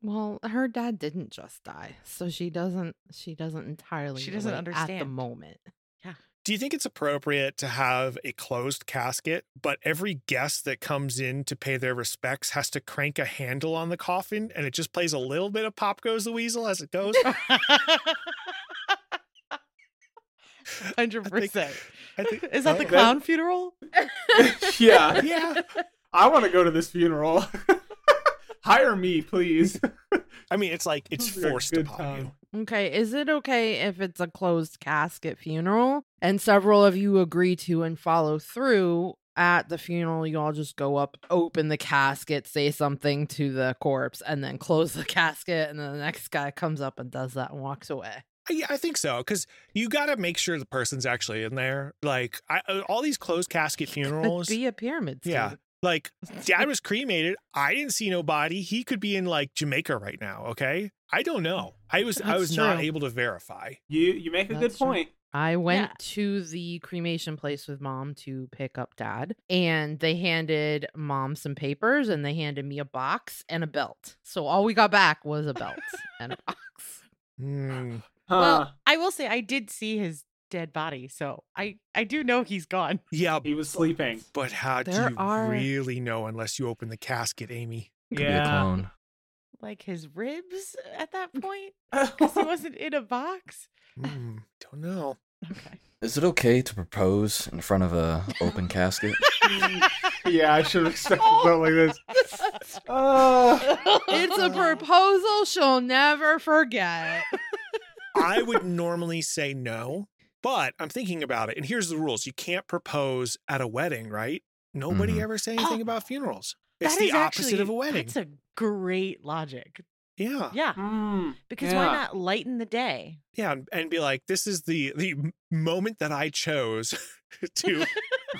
Speaker 2: Well, her dad didn't just die, so she doesn't. She doesn't entirely.
Speaker 1: She doesn't
Speaker 2: relate at the
Speaker 1: understand.
Speaker 2: moment.
Speaker 3: Do you think it's appropriate to have a closed casket, but every guest that comes in to pay their respects has to crank a handle on the coffin and it just plays a little bit of Pop Goes the Weasel as it goes?
Speaker 1: Hundred percent.
Speaker 3: I think,
Speaker 1: Is that the
Speaker 3: oh,
Speaker 4: that-
Speaker 1: clown funeral?
Speaker 4: yeah.
Speaker 3: Yeah.
Speaker 4: I want to go to this funeral. Hire me, please.
Speaker 3: I mean, it's like it's
Speaker 4: Sounds like a
Speaker 3: forced
Speaker 4: good
Speaker 3: upon you.
Speaker 4: time.
Speaker 2: Okay, is it okay if it's a closed casket funeral and several of you agree to and follow through at the funeral? You all just go up, open the casket, say something to the corpse, and then close the casket, and then the next guy comes up and does that and walks away.
Speaker 3: I- Yeah, I think so because you got to make sure the person's actually in there. Like I, uh, all these closed casket
Speaker 2: It'd
Speaker 3: funerals.
Speaker 2: be a pyramid.
Speaker 3: Yeah.
Speaker 2: scheme.
Speaker 3: Like dad was cremated. I didn't see no body. He could be in like Jamaica right now. Okay, I don't know. I was I
Speaker 2: That's
Speaker 3: was not
Speaker 2: true.
Speaker 3: able to verify.
Speaker 4: You you make a
Speaker 2: That's
Speaker 4: good
Speaker 2: true.
Speaker 4: point.
Speaker 2: I went to the cremation place with mom to pick up dad, and they handed mom some papers and they handed me a box and a belt. So all we got back was a belt and a box.
Speaker 3: Hmm.
Speaker 4: Huh.
Speaker 1: Well, I will say I did see his dead body, so I I do know he's gone.
Speaker 3: Yeah,
Speaker 4: he was sleeping.
Speaker 3: but how do
Speaker 2: There
Speaker 3: you
Speaker 2: are-
Speaker 3: really know unless you open the casket, Amy?
Speaker 5: Could be a
Speaker 4: Yeah.
Speaker 5: clone.
Speaker 1: Like his ribs at that point, because he wasn't in a box.
Speaker 3: Hmm, don't know.
Speaker 1: Okay.
Speaker 5: Is it okay to propose in front of a open casket?
Speaker 4: yeah, I should have expected something like this. Uh,
Speaker 2: It's a proposal she'll never forget.
Speaker 3: I would normally say no, but I'm thinking about it, and here's the rules: you can't propose at a wedding, right? Nobody
Speaker 5: Mhm.
Speaker 3: ever say anything about funerals. It's
Speaker 1: Oh, That
Speaker 3: the
Speaker 1: is
Speaker 3: opposite
Speaker 1: actually-
Speaker 3: of a wedding. Ah,
Speaker 1: That's a great logic.
Speaker 3: Yeah,
Speaker 1: Yeah,
Speaker 4: hmm.
Speaker 1: because why
Speaker 4: yeah.
Speaker 1: not lighten the day?
Speaker 3: yeah, and, and be like, this is the the m- moment that I chose to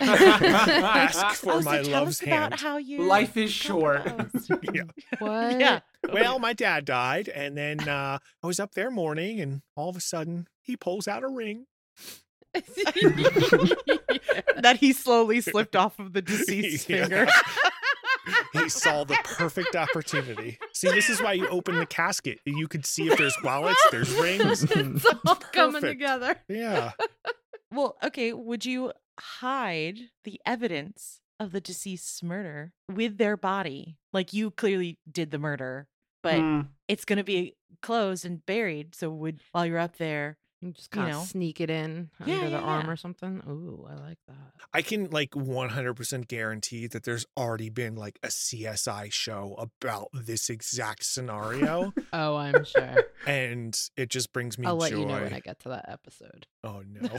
Speaker 3: ask for
Speaker 1: oh,
Speaker 3: my
Speaker 1: so tell
Speaker 3: love's
Speaker 1: us about
Speaker 3: hand.
Speaker 1: how you
Speaker 4: Life is short.
Speaker 1: compromised.
Speaker 3: Yeah.
Speaker 2: What?
Speaker 1: yeah.
Speaker 3: Well, my dad died, and then uh, I was up there mourning, and all of a sudden he pulls out a ring.
Speaker 1: that he slowly slipped off of the deceased's
Speaker 3: Yeah.
Speaker 1: finger.
Speaker 3: He saw the perfect opportunity. See, this is why you open the casket. You could see if there's
Speaker 4: Oh,
Speaker 3: wallets, there's rings.
Speaker 2: it's all coming
Speaker 3: Perfect.
Speaker 2: together.
Speaker 3: Yeah.
Speaker 1: well, okay, would you hide the evidence of the deceased's murder with their body? Like you clearly did the murder, but
Speaker 4: Hmm.
Speaker 1: it's going to be closed and buried, so would while you're up there.
Speaker 2: You just
Speaker 1: You
Speaker 2: kind of
Speaker 1: know.
Speaker 2: sneak it in
Speaker 1: Yeah,
Speaker 2: under the
Speaker 1: yeah,
Speaker 2: arm
Speaker 1: yeah.
Speaker 2: or something. Ooh, I like that.
Speaker 3: I can like 100% guarantee that there's already been like a CSI show about this exact scenario.
Speaker 2: Oh, I'm sure.
Speaker 3: and it just brings me
Speaker 2: I'll let
Speaker 3: joy.
Speaker 2: you know when I get to that episode.
Speaker 3: oh, no.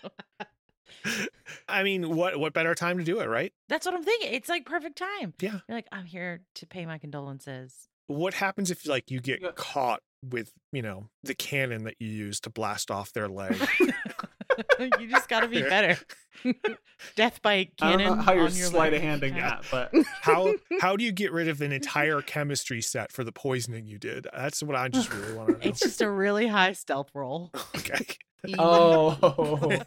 Speaker 3: I mean, what what better time to do it, right?
Speaker 1: That's what I'm thinking. It's like perfect time.
Speaker 3: Yeah.
Speaker 1: You're like, I'm here to pay my condolences.
Speaker 3: What happens if like you get
Speaker 4: Yeah.
Speaker 3: caught with, you know, the cannon that you use to blast off their leg?
Speaker 1: you just got to be better. Death by
Speaker 4: I
Speaker 1: cannon.
Speaker 4: don't know how you're
Speaker 1: on your
Speaker 4: sleight of
Speaker 1: leg.
Speaker 4: handing
Speaker 1: Yeah.
Speaker 4: that, but
Speaker 3: how how do you get rid of an entire chemistry set for the poisoning you did? That's what I just really want to know.
Speaker 1: It's just a really high stealth roll.
Speaker 3: okay.
Speaker 4: oh,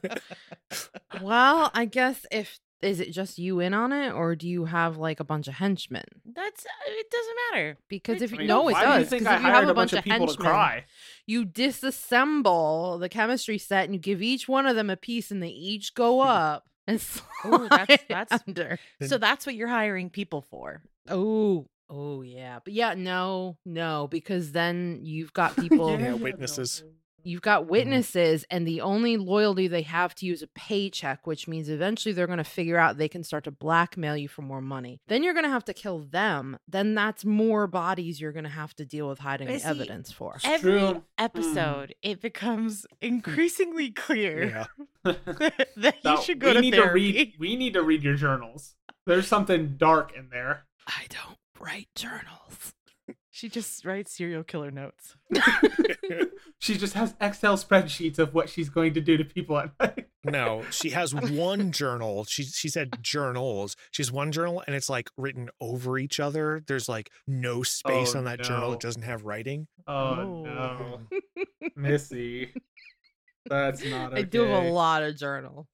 Speaker 2: Well, I guess if is it just you in on it, or do you have like a bunch of henchmen?
Speaker 1: That's it. Doesn't matter.
Speaker 2: Because if
Speaker 1: I
Speaker 2: you
Speaker 1: mean,
Speaker 2: no, it
Speaker 4: why
Speaker 2: does.
Speaker 4: Do you think
Speaker 2: 'cause
Speaker 4: I
Speaker 2: if you
Speaker 4: hired
Speaker 2: have
Speaker 4: a bunch, of people to
Speaker 2: henchmen,
Speaker 4: cry?
Speaker 2: you disassemble the chemistry set and you give each one of them a piece, and they each go up and
Speaker 1: Ooh,
Speaker 2: slide
Speaker 1: that's- that's-
Speaker 2: under.
Speaker 1: So that's what you're hiring people for.
Speaker 2: Oh, oh yeah, Mm-hmm. but yeah, no, no, because then you've got people.
Speaker 3: Yeah, witnesses.
Speaker 2: You've got witnesses, and the only loyalty they have to you is a paycheck, which means eventually they're going to figure out they can start to blackmail you for more money. Then you're going to have to kill them. Then that's more bodies you're going to have to deal with hiding
Speaker 1: But see,
Speaker 2: evidence for.
Speaker 4: It's
Speaker 1: Every
Speaker 4: true.
Speaker 1: episode, it becomes increasingly clear
Speaker 3: Yeah.
Speaker 1: that you
Speaker 4: No,
Speaker 1: should go
Speaker 4: we
Speaker 1: to
Speaker 4: need
Speaker 1: therapy.
Speaker 4: to read. We need to read your journals. There's something dark in there.
Speaker 2: I don't write journals.
Speaker 1: She just writes serial killer notes.
Speaker 4: She just has Excel spreadsheets of what she's going to do to people at night.
Speaker 3: No, she has one journal. She she said journals. She has one journal and it's like written over each other. There's like no space
Speaker 4: Oh,
Speaker 3: on that journal.
Speaker 4: no.
Speaker 3: It doesn't have writing.
Speaker 4: Oh no, Missy, that's not. Okay.
Speaker 2: I do have a lot of journals.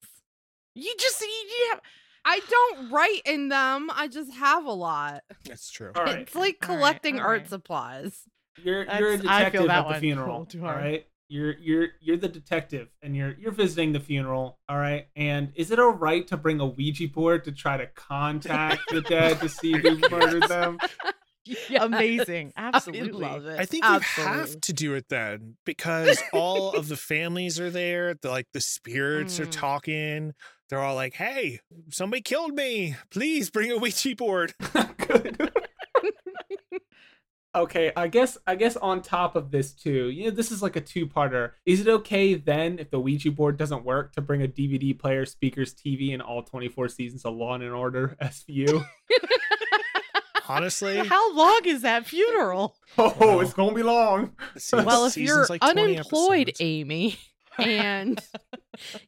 Speaker 1: You just you, you have
Speaker 2: I don't write in them. I just have a lot.
Speaker 3: That's true.
Speaker 4: All right,
Speaker 2: It's like
Speaker 1: all right,
Speaker 2: collecting
Speaker 1: all
Speaker 2: art
Speaker 1: right.
Speaker 2: supplies.
Speaker 4: you're you're a
Speaker 1: That's-
Speaker 4: detective
Speaker 1: I feel that
Speaker 4: at the
Speaker 1: one
Speaker 4: funeral.
Speaker 1: too
Speaker 4: All
Speaker 1: hard.
Speaker 4: right, you're you're you're the detective, and you're you're visiting the funeral. All right, and is it all right to bring a Ouija board to try to contact the dead to see who murdered them?
Speaker 1: amazing. Absolutely.
Speaker 2: I love it.
Speaker 3: I think
Speaker 2: Absolutely.
Speaker 3: you have to do it then because all of the families are there. The, like the spirits are
Speaker 2: Mm.
Speaker 3: talking. They're all like, "Hey, somebody killed me! Please bring a Ouija board."
Speaker 4: Good. okay, I guess I guess on top of this too, you know, this is like a two-parter. Is it okay then if the Ouija board doesn't work to bring a DVD player, speakers, TV, and all 24 seasons of Law and Order SVU?
Speaker 3: Honestly,
Speaker 1: How long is that funeral?
Speaker 4: oh, it's gonna be long.
Speaker 3: it seems-
Speaker 2: well, if
Speaker 3: season's
Speaker 2: you're
Speaker 3: like 20
Speaker 2: unemployed,
Speaker 3: episodes.
Speaker 2: Amy, and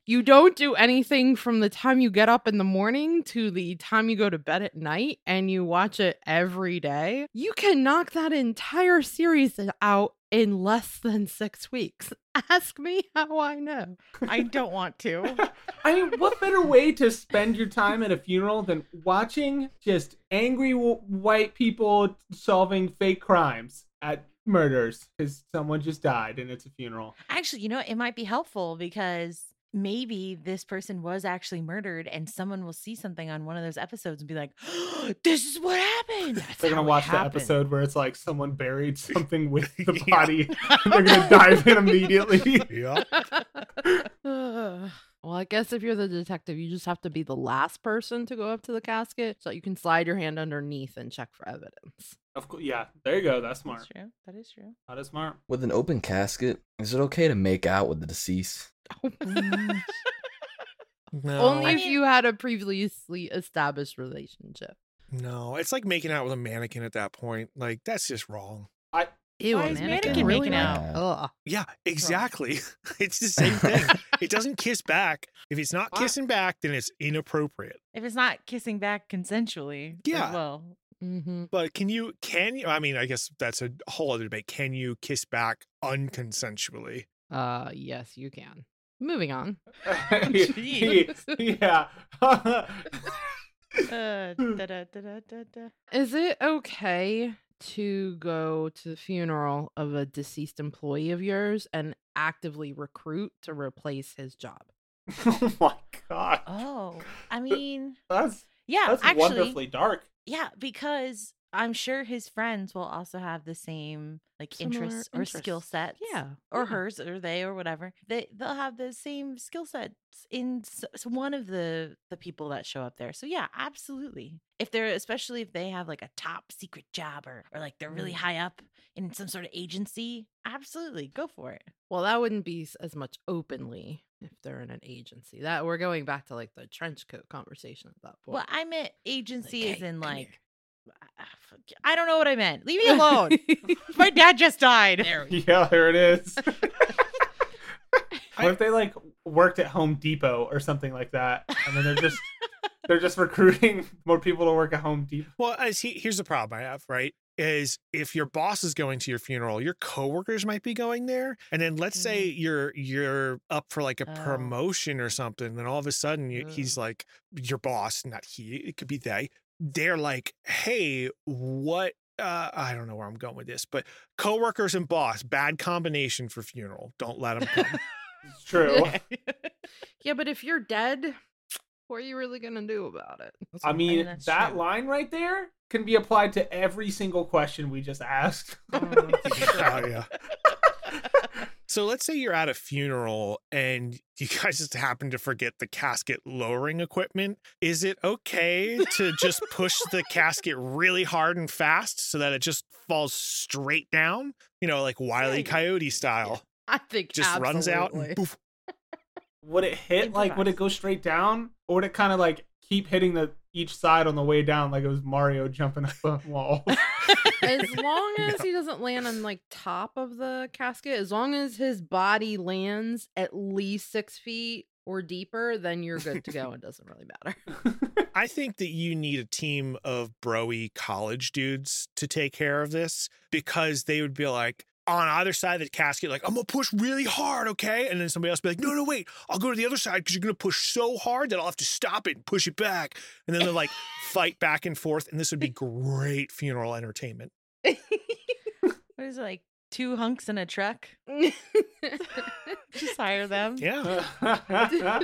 Speaker 2: you don't do anything from the time you get up in the morning to the time you go to bed at night and you watch it every day, you can knock that entire series out in less than six weeks. Ask me how I know.
Speaker 1: I don't want to.
Speaker 4: I mean, what better way to spend your time at a funeral than watching just angry w- white people solving fake crimes at murders because someone just died and it's a funeral?
Speaker 1: Actually, you know, it might be helpful because maybe this person was actually murdered and someone will see something on one of those episodes and be like, this is what happened. That's
Speaker 4: They're gonna
Speaker 1: how it
Speaker 4: watch the
Speaker 1: happened."
Speaker 4: episode where it's like someone buried something with the
Speaker 3: Yeah.
Speaker 4: body. And they're gonna dive in
Speaker 2: eh,
Speaker 4: immediately.
Speaker 3: Yeah.
Speaker 2: Ugh. well, I guess if you're the detective, you just have to be the last person to go up to the casket so that you can slide your hand underneath and check for evidence.
Speaker 4: Of course, yeah. There you go.
Speaker 1: That's
Speaker 4: That's smart.
Speaker 1: true. That is true.
Speaker 4: That is smart.
Speaker 5: With an open casket, is it okay to make out with the deceased?
Speaker 3: Mm. No,
Speaker 2: Only
Speaker 1: I
Speaker 2: if
Speaker 1: mean-
Speaker 2: you had a previously established relationship.
Speaker 3: no, it's like making out with a mannequin at that point. Like that's just wrong.
Speaker 2: Ew,
Speaker 1: Why is
Speaker 5: mannequin making out?
Speaker 2: Ugh.
Speaker 3: Yeah, exactly. It's the same thing. it doesn't kiss back. If it's not
Speaker 4: Why-
Speaker 3: kissing back, then it's inappropriate.
Speaker 1: If it's not kissing back consensually,
Speaker 3: Yeah.
Speaker 1: as well.
Speaker 2: Mm-hmm.
Speaker 3: But can you, can you, I mean, I guess that's a whole other debate. Can you kiss back unconsensually?
Speaker 2: Uh, yes, you can. Moving on.
Speaker 4: yeah.
Speaker 1: Uh, da, da, da, da, da, da.
Speaker 2: Is it okay to go to the funeral of a deceased employee of yours and actively recruit to replace his job?
Speaker 4: oh my god.
Speaker 1: Oh, I mean,
Speaker 4: That's
Speaker 1: yeah,
Speaker 4: that's
Speaker 1: actually,
Speaker 4: wonderfully dark.
Speaker 1: yeah, because I'm sure his friends will also have the same like
Speaker 2: Similar
Speaker 1: interests or skill
Speaker 2: interests.
Speaker 1: sets.
Speaker 2: Yeah.
Speaker 1: or
Speaker 2: yeah.
Speaker 1: hers or they or whatever they they'll have the same skill sets in s- s- one of the the people that show up there so yeah absolutely if they're especially if they have like a top secret job or, or like they're really
Speaker 2: Mm.
Speaker 1: high up in some sort of agency absolutely go for it
Speaker 2: Well, that wouldn't be s- as much openly if they're in an agency. That we're going back to like the trench coat conversation at that point.
Speaker 1: well i meant agency
Speaker 2: Like,
Speaker 1: is
Speaker 2: "Hey,
Speaker 1: in
Speaker 2: come
Speaker 1: like
Speaker 2: here."
Speaker 1: I- I forget- i don't know what i meant leave me alone my dad just died
Speaker 2: there we
Speaker 4: Yeah, there it is. what if they like worked at Home Depot or something like that, and then they're just they're just recruiting more people to work at Home Depot?
Speaker 3: Well, I see, here's the problem I have, right? Is if your boss is going to your funeral, your coworkers might be going there. And then let's say you're you're up for like a
Speaker 1: Oh.
Speaker 3: promotion or something, then all of a sudden you, he's like your boss, not he, it could be they. They're like, "Hey, what uh, I don't know where I'm going with this, but coworkers and boss, bad combination for funeral. Don't let them come.
Speaker 4: It's true.
Speaker 2: Yeah, but if you're dead, what are you really gonna do about it?
Speaker 4: I mean,
Speaker 1: that's
Speaker 4: that
Speaker 1: true.
Speaker 4: line right there can be applied to
Speaker 1: Oh,
Speaker 4: every single question we just asked.
Speaker 2: Mm.
Speaker 3: oh yeah. So let's say you're at a funeral and you guys just happen to forget the casket lowering equipment. Is it okay to just push the casket really hard and fast so that it just falls straight down? You know, like Wile E.
Speaker 2: Yeah.
Speaker 3: Coyote style.
Speaker 2: I think
Speaker 3: Just runs out and
Speaker 2: absolutely.
Speaker 3: poof.
Speaker 4: Would it hit like? Would it go straight down, or would it kind of like keep hitting the each side on the way down, like it was Mario jumping up a wall?
Speaker 2: as long as he doesn't land on like top of the casket, as long as his body lands at least six feet or deeper, then you're good to go. It doesn't really matter.
Speaker 3: I think that you need a team of broy college dudes to take care of this because they would be like on either side of the casket, like, I'm gonna push really hard, okay? And then somebody else be like, No, no, wait, I'll go to the other side because you're gonna push so hard that I'll have to stop it and push it back. And then they'll like fight back and forth, and this would be great funeral entertainment.
Speaker 1: What is it, like two hunks in a truck? Just hire them.
Speaker 3: Yeah.
Speaker 1: Oh.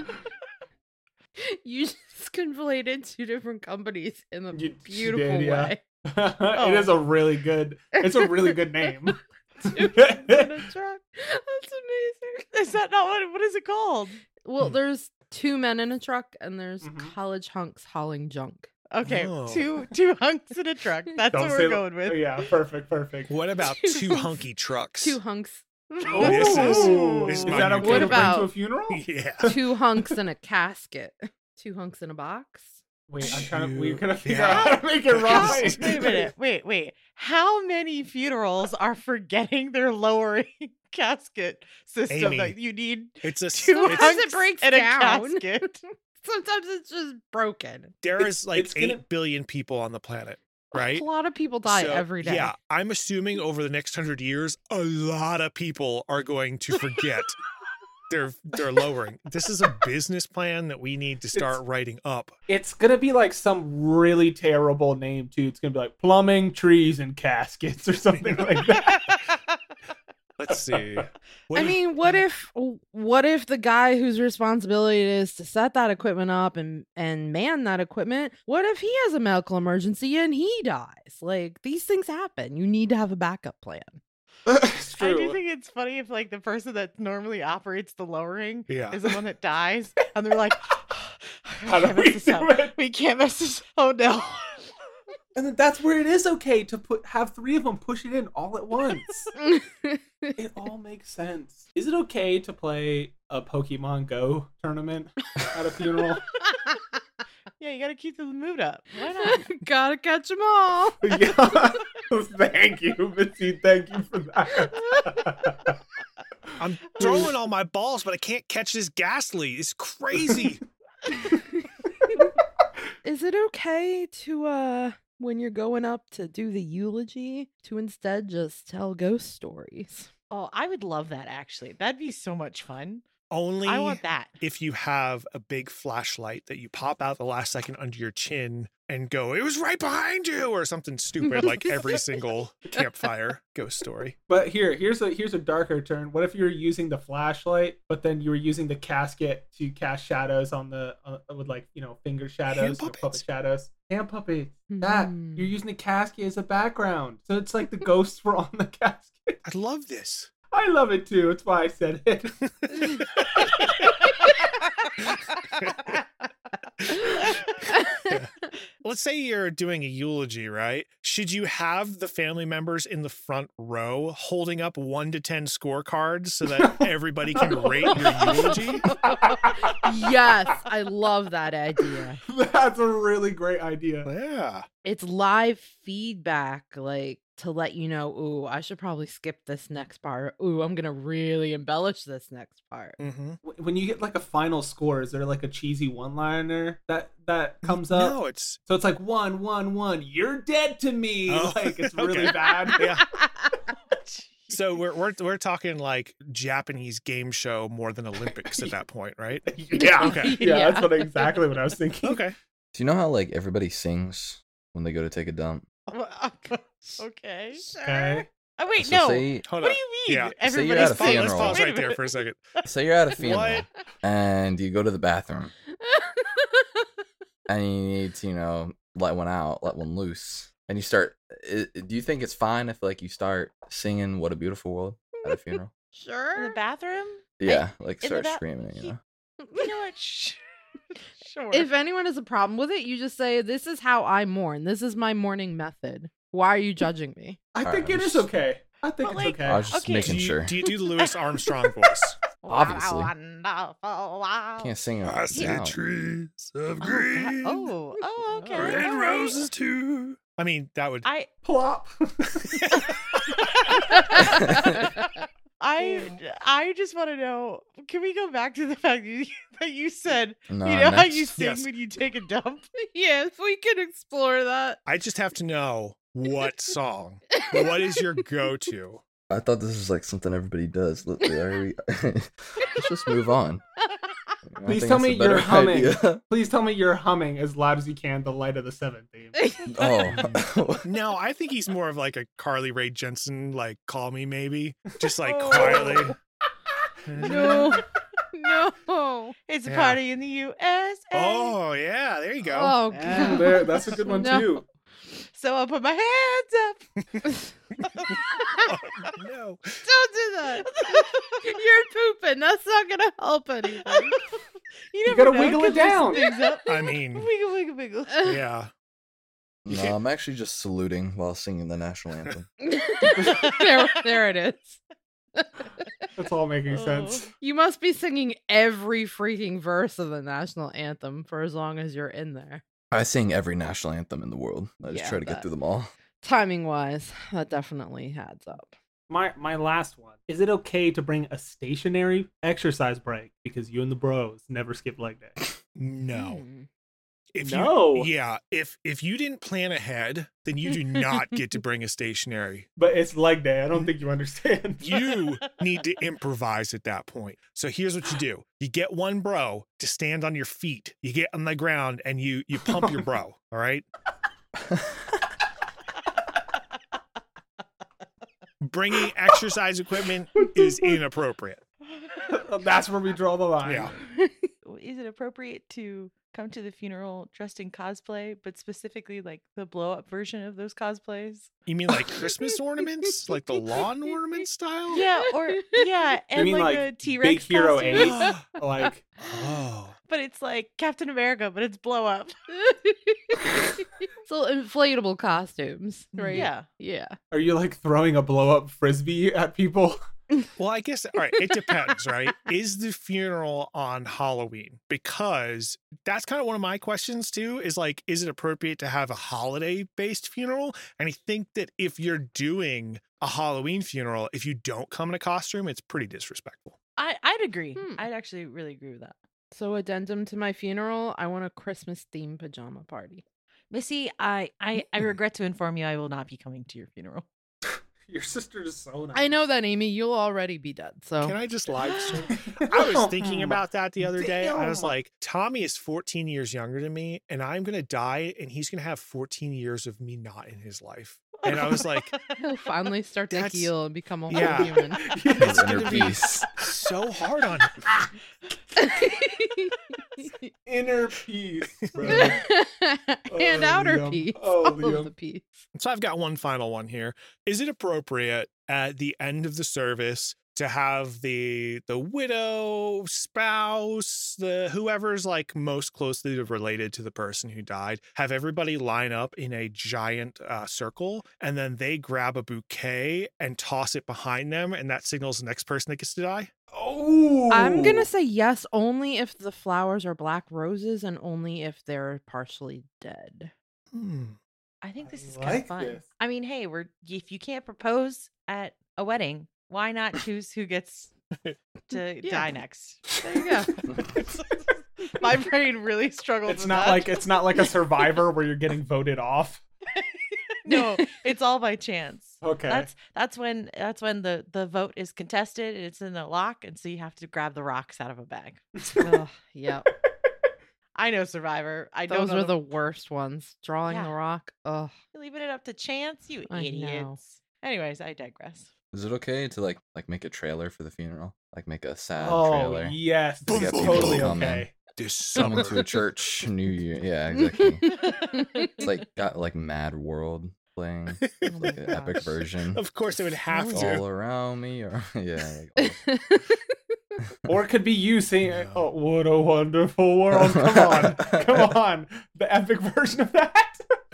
Speaker 2: you just conflated two different companies in a
Speaker 4: You- she
Speaker 2: beautiful
Speaker 4: did, yeah.
Speaker 2: way.
Speaker 4: It is a really good. It's a really good name.
Speaker 2: Two hunks in a truck. That's amazing.
Speaker 1: Is that not what? What is it called?
Speaker 2: Well,
Speaker 4: Hmm.
Speaker 2: there's two men in a truck, and there's
Speaker 4: Mhm.
Speaker 2: college hunks hauling junk.
Speaker 1: Uh, Okay,
Speaker 3: No.
Speaker 1: two two hunks in a truck. That's
Speaker 4: Don't
Speaker 1: what
Speaker 4: say
Speaker 1: we're
Speaker 4: that-
Speaker 1: going with.
Speaker 4: Yeah, perfect, perfect.
Speaker 3: What about two hunky trucks?
Speaker 2: Two hunks,
Speaker 3: Oh, this is-
Speaker 4: Ooh,
Speaker 3: this is my
Speaker 4: that
Speaker 3: new
Speaker 4: okay to bring
Speaker 2: What
Speaker 4: to a
Speaker 2: about-
Speaker 4: funeral?
Speaker 3: yeah.
Speaker 2: two hunks in a casket, two hunks in a box.
Speaker 4: Wait, I'm trying to. We're
Speaker 3: Shoot.
Speaker 4: gonna figure
Speaker 3: Yeah.
Speaker 4: out how to make it
Speaker 1: How-
Speaker 3: Right.
Speaker 1: wait a
Speaker 4: right.
Speaker 1: minute. Wait, wait. How many funerals are forgetting their lowering casket system
Speaker 3: Amy.
Speaker 1: that you need
Speaker 3: It's a
Speaker 1: two
Speaker 3: it's-
Speaker 2: Sometimes it
Speaker 1: hunks
Speaker 2: breaks
Speaker 1: and a
Speaker 2: down.
Speaker 1: casket?
Speaker 2: Sometimes it's just broken.
Speaker 3: there is like
Speaker 4: it's
Speaker 3: eight billion
Speaker 4: gonna-
Speaker 3: people on the planet, right?
Speaker 2: A lot of people die
Speaker 3: So,
Speaker 2: every day.
Speaker 3: Yeah, I'm assuming over the next hundred years, a lot of people are going to forget their their lowering. This is a business plan that we need to start writing up.
Speaker 4: It's gonna be like some really terrible name too. It's gonna be like plumbing, trees, and caskets or something like that.
Speaker 3: Let's see. What
Speaker 2: I
Speaker 3: do you-
Speaker 2: mean, what if what if the guy whose responsibility it is to set that equipment up and and man that equipment, what if he has a medical emergency and he dies? Like these things happen. You need to have a backup plan.
Speaker 4: it's
Speaker 1: I do
Speaker 4: true.
Speaker 1: think it's funny if like the person that normally operates the lowering
Speaker 3: yeah.
Speaker 1: is the one that dies, and they're like,
Speaker 4: How
Speaker 1: "I
Speaker 4: do
Speaker 1: can't
Speaker 4: we
Speaker 1: mess this
Speaker 4: do
Speaker 1: up.
Speaker 4: it?
Speaker 1: We can't mess this. Oh no."
Speaker 4: And then that's where it is okay to put have three of them push it in all at once. it all makes sense. Is it okay to play a Pokemon Go tournament at a funeral?
Speaker 1: Yeah, you gotta keep the mood up. Why not?
Speaker 2: Gotta catch them all.
Speaker 4: yeah. Thank you, Missy. Thank you for that.
Speaker 3: I'm throwing all my balls, but I can't catch this ghastly. It's crazy.
Speaker 2: Is it okay to uh when you're going up to do the eulogy to instead just tell ghost stories?
Speaker 1: Oh, I would love that actually. That'd be so much fun.
Speaker 3: Only
Speaker 1: I want that.
Speaker 3: if you have a big flashlight that you pop out the last second under your chin and go, it was right behind you, or something stupid like every single campfire ghost story.
Speaker 4: But here, here's a here's a darker turn. What if you were using the flashlight, but then you were using the casket to cast shadows on the uh, with like you know finger shadows, or puppet
Speaker 3: puppets.
Speaker 4: shadows, hand puppet. That
Speaker 2: Mm.
Speaker 4: you're using the casket as a background, so it's like the ghosts were on the casket.
Speaker 3: I love this.
Speaker 4: I love it too. It's why I said it.
Speaker 3: let's say you're doing a eulogy, right? Should you have the family members in the front row holding up one to 10 scorecards so that everybody can rate your eulogy?
Speaker 2: yes, I love that idea.
Speaker 4: That's a really great idea.
Speaker 3: Yeah.
Speaker 2: It's live feedback, like to let you know, ooh, I should probably skip this next part. Ooh, I'm gonna really embellish this next part.
Speaker 3: Mm-hmm.
Speaker 4: Wh- When you get like a final score, is there like a cheesy one-liner that that comes up?
Speaker 3: no, it's.
Speaker 4: So it's like one, one, one. You're dead to me.
Speaker 3: Oh,
Speaker 4: like it's
Speaker 3: okay.
Speaker 4: really bad.
Speaker 3: Yeah. So we're, we're, we're talking like Japanese game show more than Olympics at that point, right?
Speaker 4: Yeah.
Speaker 3: Okay.
Speaker 4: Yeah, that's what exactly what I was thinking.
Speaker 3: Okay.
Speaker 5: Do you know how like everybody sings when they go to take a dump?
Speaker 1: okay. Sure.
Speaker 4: Okay.
Speaker 1: Oh wait,
Speaker 5: So
Speaker 1: no.
Speaker 5: say-
Speaker 3: Hold
Speaker 1: what
Speaker 3: on.
Speaker 1: do you mean?
Speaker 3: Yeah. So
Speaker 5: you're
Speaker 1: Everybody's
Speaker 3: Let's
Speaker 5: at a
Speaker 3: pause, let's
Speaker 5: funeral.
Speaker 3: pause
Speaker 1: Wait a
Speaker 3: right there
Speaker 1: minute.
Speaker 3: for a second.
Speaker 5: Say you're at a funeral
Speaker 3: What?
Speaker 5: and you go to the bathroom and you need to, you know, let one out, let one loose. And you start. i do you think it's fine if like you start singing "What a Beautiful World" at a funeral?
Speaker 1: in the
Speaker 2: Sure.
Speaker 1: bathroom.
Speaker 5: Yeah, like
Speaker 1: in the
Speaker 5: start
Speaker 1: ba-
Speaker 5: screaming. You
Speaker 1: he-
Speaker 5: know,
Speaker 1: You know what? Sh- sure.
Speaker 2: If anyone has a problem with it, you just say, This is how I mourn. This is my mourning method. Why are you judging me?
Speaker 4: I
Speaker 5: Alright,
Speaker 4: think
Speaker 5: I'm
Speaker 4: it is
Speaker 5: just-
Speaker 4: okay. I think
Speaker 1: But,
Speaker 4: it's
Speaker 1: like,
Speaker 4: okay.
Speaker 5: I was just
Speaker 1: okay.
Speaker 3: Do
Speaker 5: making
Speaker 3: you,
Speaker 5: sure.
Speaker 3: do you do the Louis Armstrong voice?
Speaker 5: Obviously.
Speaker 1: Wonderful world.
Speaker 5: Can't sing.
Speaker 6: I
Speaker 5: it
Speaker 6: see
Speaker 5: out.
Speaker 6: trees of
Speaker 1: Oh, God.
Speaker 6: green,
Speaker 1: Oh, oh, okay.
Speaker 6: red
Speaker 1: all right.
Speaker 6: roses too.
Speaker 3: I mean, that would.
Speaker 1: I
Speaker 4: Plop.
Speaker 1: I I just want to know. Can we go back to the fact that you, that you said
Speaker 5: No,
Speaker 1: you know how
Speaker 5: next-
Speaker 1: you sing
Speaker 3: Yes.
Speaker 1: when you take a dump?
Speaker 2: yes, we can explore that.
Speaker 3: I just have to know what song. What is your go-to?
Speaker 5: I thought this was like something everybody does. Let- are we- Let's just move on. I
Speaker 4: Please
Speaker 5: think
Speaker 4: tell
Speaker 5: that's
Speaker 4: me
Speaker 5: a better
Speaker 4: you're humming.
Speaker 5: idea.
Speaker 4: Please tell me you're humming as loud as you can the Light of the Seven theme.
Speaker 5: Oh,
Speaker 3: No, I think he's more of like a Carly Rae Jepsen, like "Call Me Maybe," just like
Speaker 1: Oh.
Speaker 3: quietly.
Speaker 2: No. no.
Speaker 1: It's a
Speaker 3: Yeah.
Speaker 1: party in the U.S.
Speaker 3: Oh yeah, there you go.
Speaker 2: Oh,
Speaker 1: Yeah.
Speaker 2: God.
Speaker 4: There, that's a good one
Speaker 2: No.
Speaker 4: too.
Speaker 1: So I'll put my hands up.
Speaker 3: Oh, no.
Speaker 2: Don't do that. You're pooping. That's not going to help anything.
Speaker 1: you
Speaker 4: You
Speaker 1: never
Speaker 4: gotta
Speaker 1: know,
Speaker 4: wiggle
Speaker 1: could
Speaker 4: it
Speaker 1: mix
Speaker 4: down.
Speaker 1: Things up.
Speaker 3: I mean,
Speaker 1: wiggle, wiggle, wiggle.
Speaker 3: yeah.
Speaker 5: no, I'm actually just saluting while singing the national anthem.
Speaker 2: there, there it is.
Speaker 4: That's all making sense.
Speaker 1: Oh.
Speaker 2: You must be singing every freaking verse of the national anthem for as long as you're in there.
Speaker 5: I sing every national anthem in the world. I just
Speaker 2: Yeah,
Speaker 5: try to
Speaker 2: that-
Speaker 5: get through them all.
Speaker 2: Timing wise, that definitely adds up.
Speaker 4: My my last one. Is it okay to bring a stationary exercise break because you and the bros never skip leg day?
Speaker 3: No.
Speaker 2: Mm.
Speaker 3: If
Speaker 4: No.
Speaker 3: You, yeah. If if you didn't plan ahead, then you do not get to bring a stationary.
Speaker 4: But it's leg day. I don't think you understand.
Speaker 3: You need to improvise at that point. So here's what you do: you get one bro to stand on your feet. You get on the ground and you you pump your bro. All right. Bringing exercise equipment is inappropriate.
Speaker 4: That's where we draw the line.
Speaker 3: Yeah.
Speaker 1: Is it appropriate to come to the funeral dressed in cosplay, but specifically like the blow up version of those cosplays?
Speaker 3: You mean like Christmas ornaments, like the lawn ornament style?
Speaker 1: Yeah, or yeah, and
Speaker 4: mean,
Speaker 1: like,
Speaker 4: like,
Speaker 1: a T Rex
Speaker 4: Big Hero
Speaker 1: costume.
Speaker 4: Eight? Like
Speaker 3: Oh.
Speaker 1: but it's like Captain America, but it's blow up.
Speaker 2: so inflatable costumes, right?
Speaker 1: Yeah.
Speaker 2: Yeah.
Speaker 4: Are you like throwing a blow up frisbee at people?
Speaker 3: Well, I guess all right, it depends, right? Is the funeral on Halloween? Because that's kind of one of my questions too is like is it appropriate to have a holiday-based funeral? And I think that if you're doing a Halloween funeral, if you don't come in a costume, it's pretty disrespectful.
Speaker 1: I I'd agree.
Speaker 2: Hmm.
Speaker 1: I'd actually really agree with that.
Speaker 2: So addendum to my funeral, I want a Christmas themed pajama party.
Speaker 1: Missy, I I, I regret to inform you, I will not be coming to your funeral.
Speaker 4: Your sister is so nice.
Speaker 2: I know that Amy, you'll already be dead. So
Speaker 3: Can I just live stream? I was thinking about that the other day. I was
Speaker 4: Damn.
Speaker 3: like, Tommy is 14 years younger than me, and I'm going to die, and he's going to have 14 years of me not in his life. And I was like,
Speaker 2: he'll finally start to
Speaker 3: That's-
Speaker 2: heal and become a whole
Speaker 3: yeah.
Speaker 2: human.
Speaker 5: His
Speaker 3: it's going
Speaker 5: inner
Speaker 3: to be
Speaker 5: peace.
Speaker 3: so hard on him.
Speaker 4: Inner peace, bro.
Speaker 2: and
Speaker 4: Oh,
Speaker 2: outer
Speaker 4: Liam.
Speaker 2: piece.
Speaker 4: Oh,
Speaker 2: all of
Speaker 4: Liam.
Speaker 2: the piece.
Speaker 3: So I've got one final one here. Is it appropriate at the end of the service to have the the widow, spouse, the whoever's like most closely related to the person who died, have everybody line up in a giant uh, circle, and then they grab a bouquet and toss it behind them, and that signals the next person that gets to die?
Speaker 4: Oh,
Speaker 2: I'm gonna say yes only if the flowers are black roses and only if they're partially dead.
Speaker 3: Hmm.
Speaker 1: I think
Speaker 4: I
Speaker 1: this is kind
Speaker 4: like
Speaker 1: of fun.
Speaker 4: this.
Speaker 1: I mean, hey, we're if you can't propose at a wedding, why not choose who gets to
Speaker 2: Yeah.
Speaker 1: die next? There you go. My
Speaker 4: My
Speaker 1: brain really struggles.
Speaker 4: it's
Speaker 1: with
Speaker 4: not
Speaker 1: that.
Speaker 4: like it's not like a survivor where you're getting voted off.
Speaker 1: no, it's all by chance.
Speaker 4: Okay.
Speaker 1: That's that's when that's when the the vote is contested and it's in the lock, and so you have to grab the rocks out of a bag.
Speaker 2: Ugh, yep.
Speaker 1: I know Survivor. I don't
Speaker 2: Those
Speaker 1: know
Speaker 2: are the worst ones. Drawing
Speaker 1: Yeah.
Speaker 2: the rock. Ugh.
Speaker 1: leaving it up to chance, you
Speaker 2: I know.
Speaker 1: idiots. Anyways, I digress.
Speaker 5: Is it okay to like like make a trailer for the funeral? Like make a sad
Speaker 4: oh
Speaker 5: trailer.
Speaker 4: yes, this
Speaker 5: You
Speaker 4: is
Speaker 5: got people
Speaker 4: totally
Speaker 5: come in.
Speaker 4: okay.
Speaker 6: This summer,
Speaker 5: Coming
Speaker 2: Oh
Speaker 5: to a church, New Year. Yeah, exactly. it's like got like Mad World playing
Speaker 1: Oh my
Speaker 5: like an epic
Speaker 1: gosh.
Speaker 5: version.
Speaker 7: Of course, it would have
Speaker 1: Smells
Speaker 7: to.
Speaker 5: All around me, or yeah, like,
Speaker 4: Or it could be you saying,
Speaker 3: Yeah.
Speaker 4: "Oh, what a wonderful world!" Come on, come on, the epic version of that.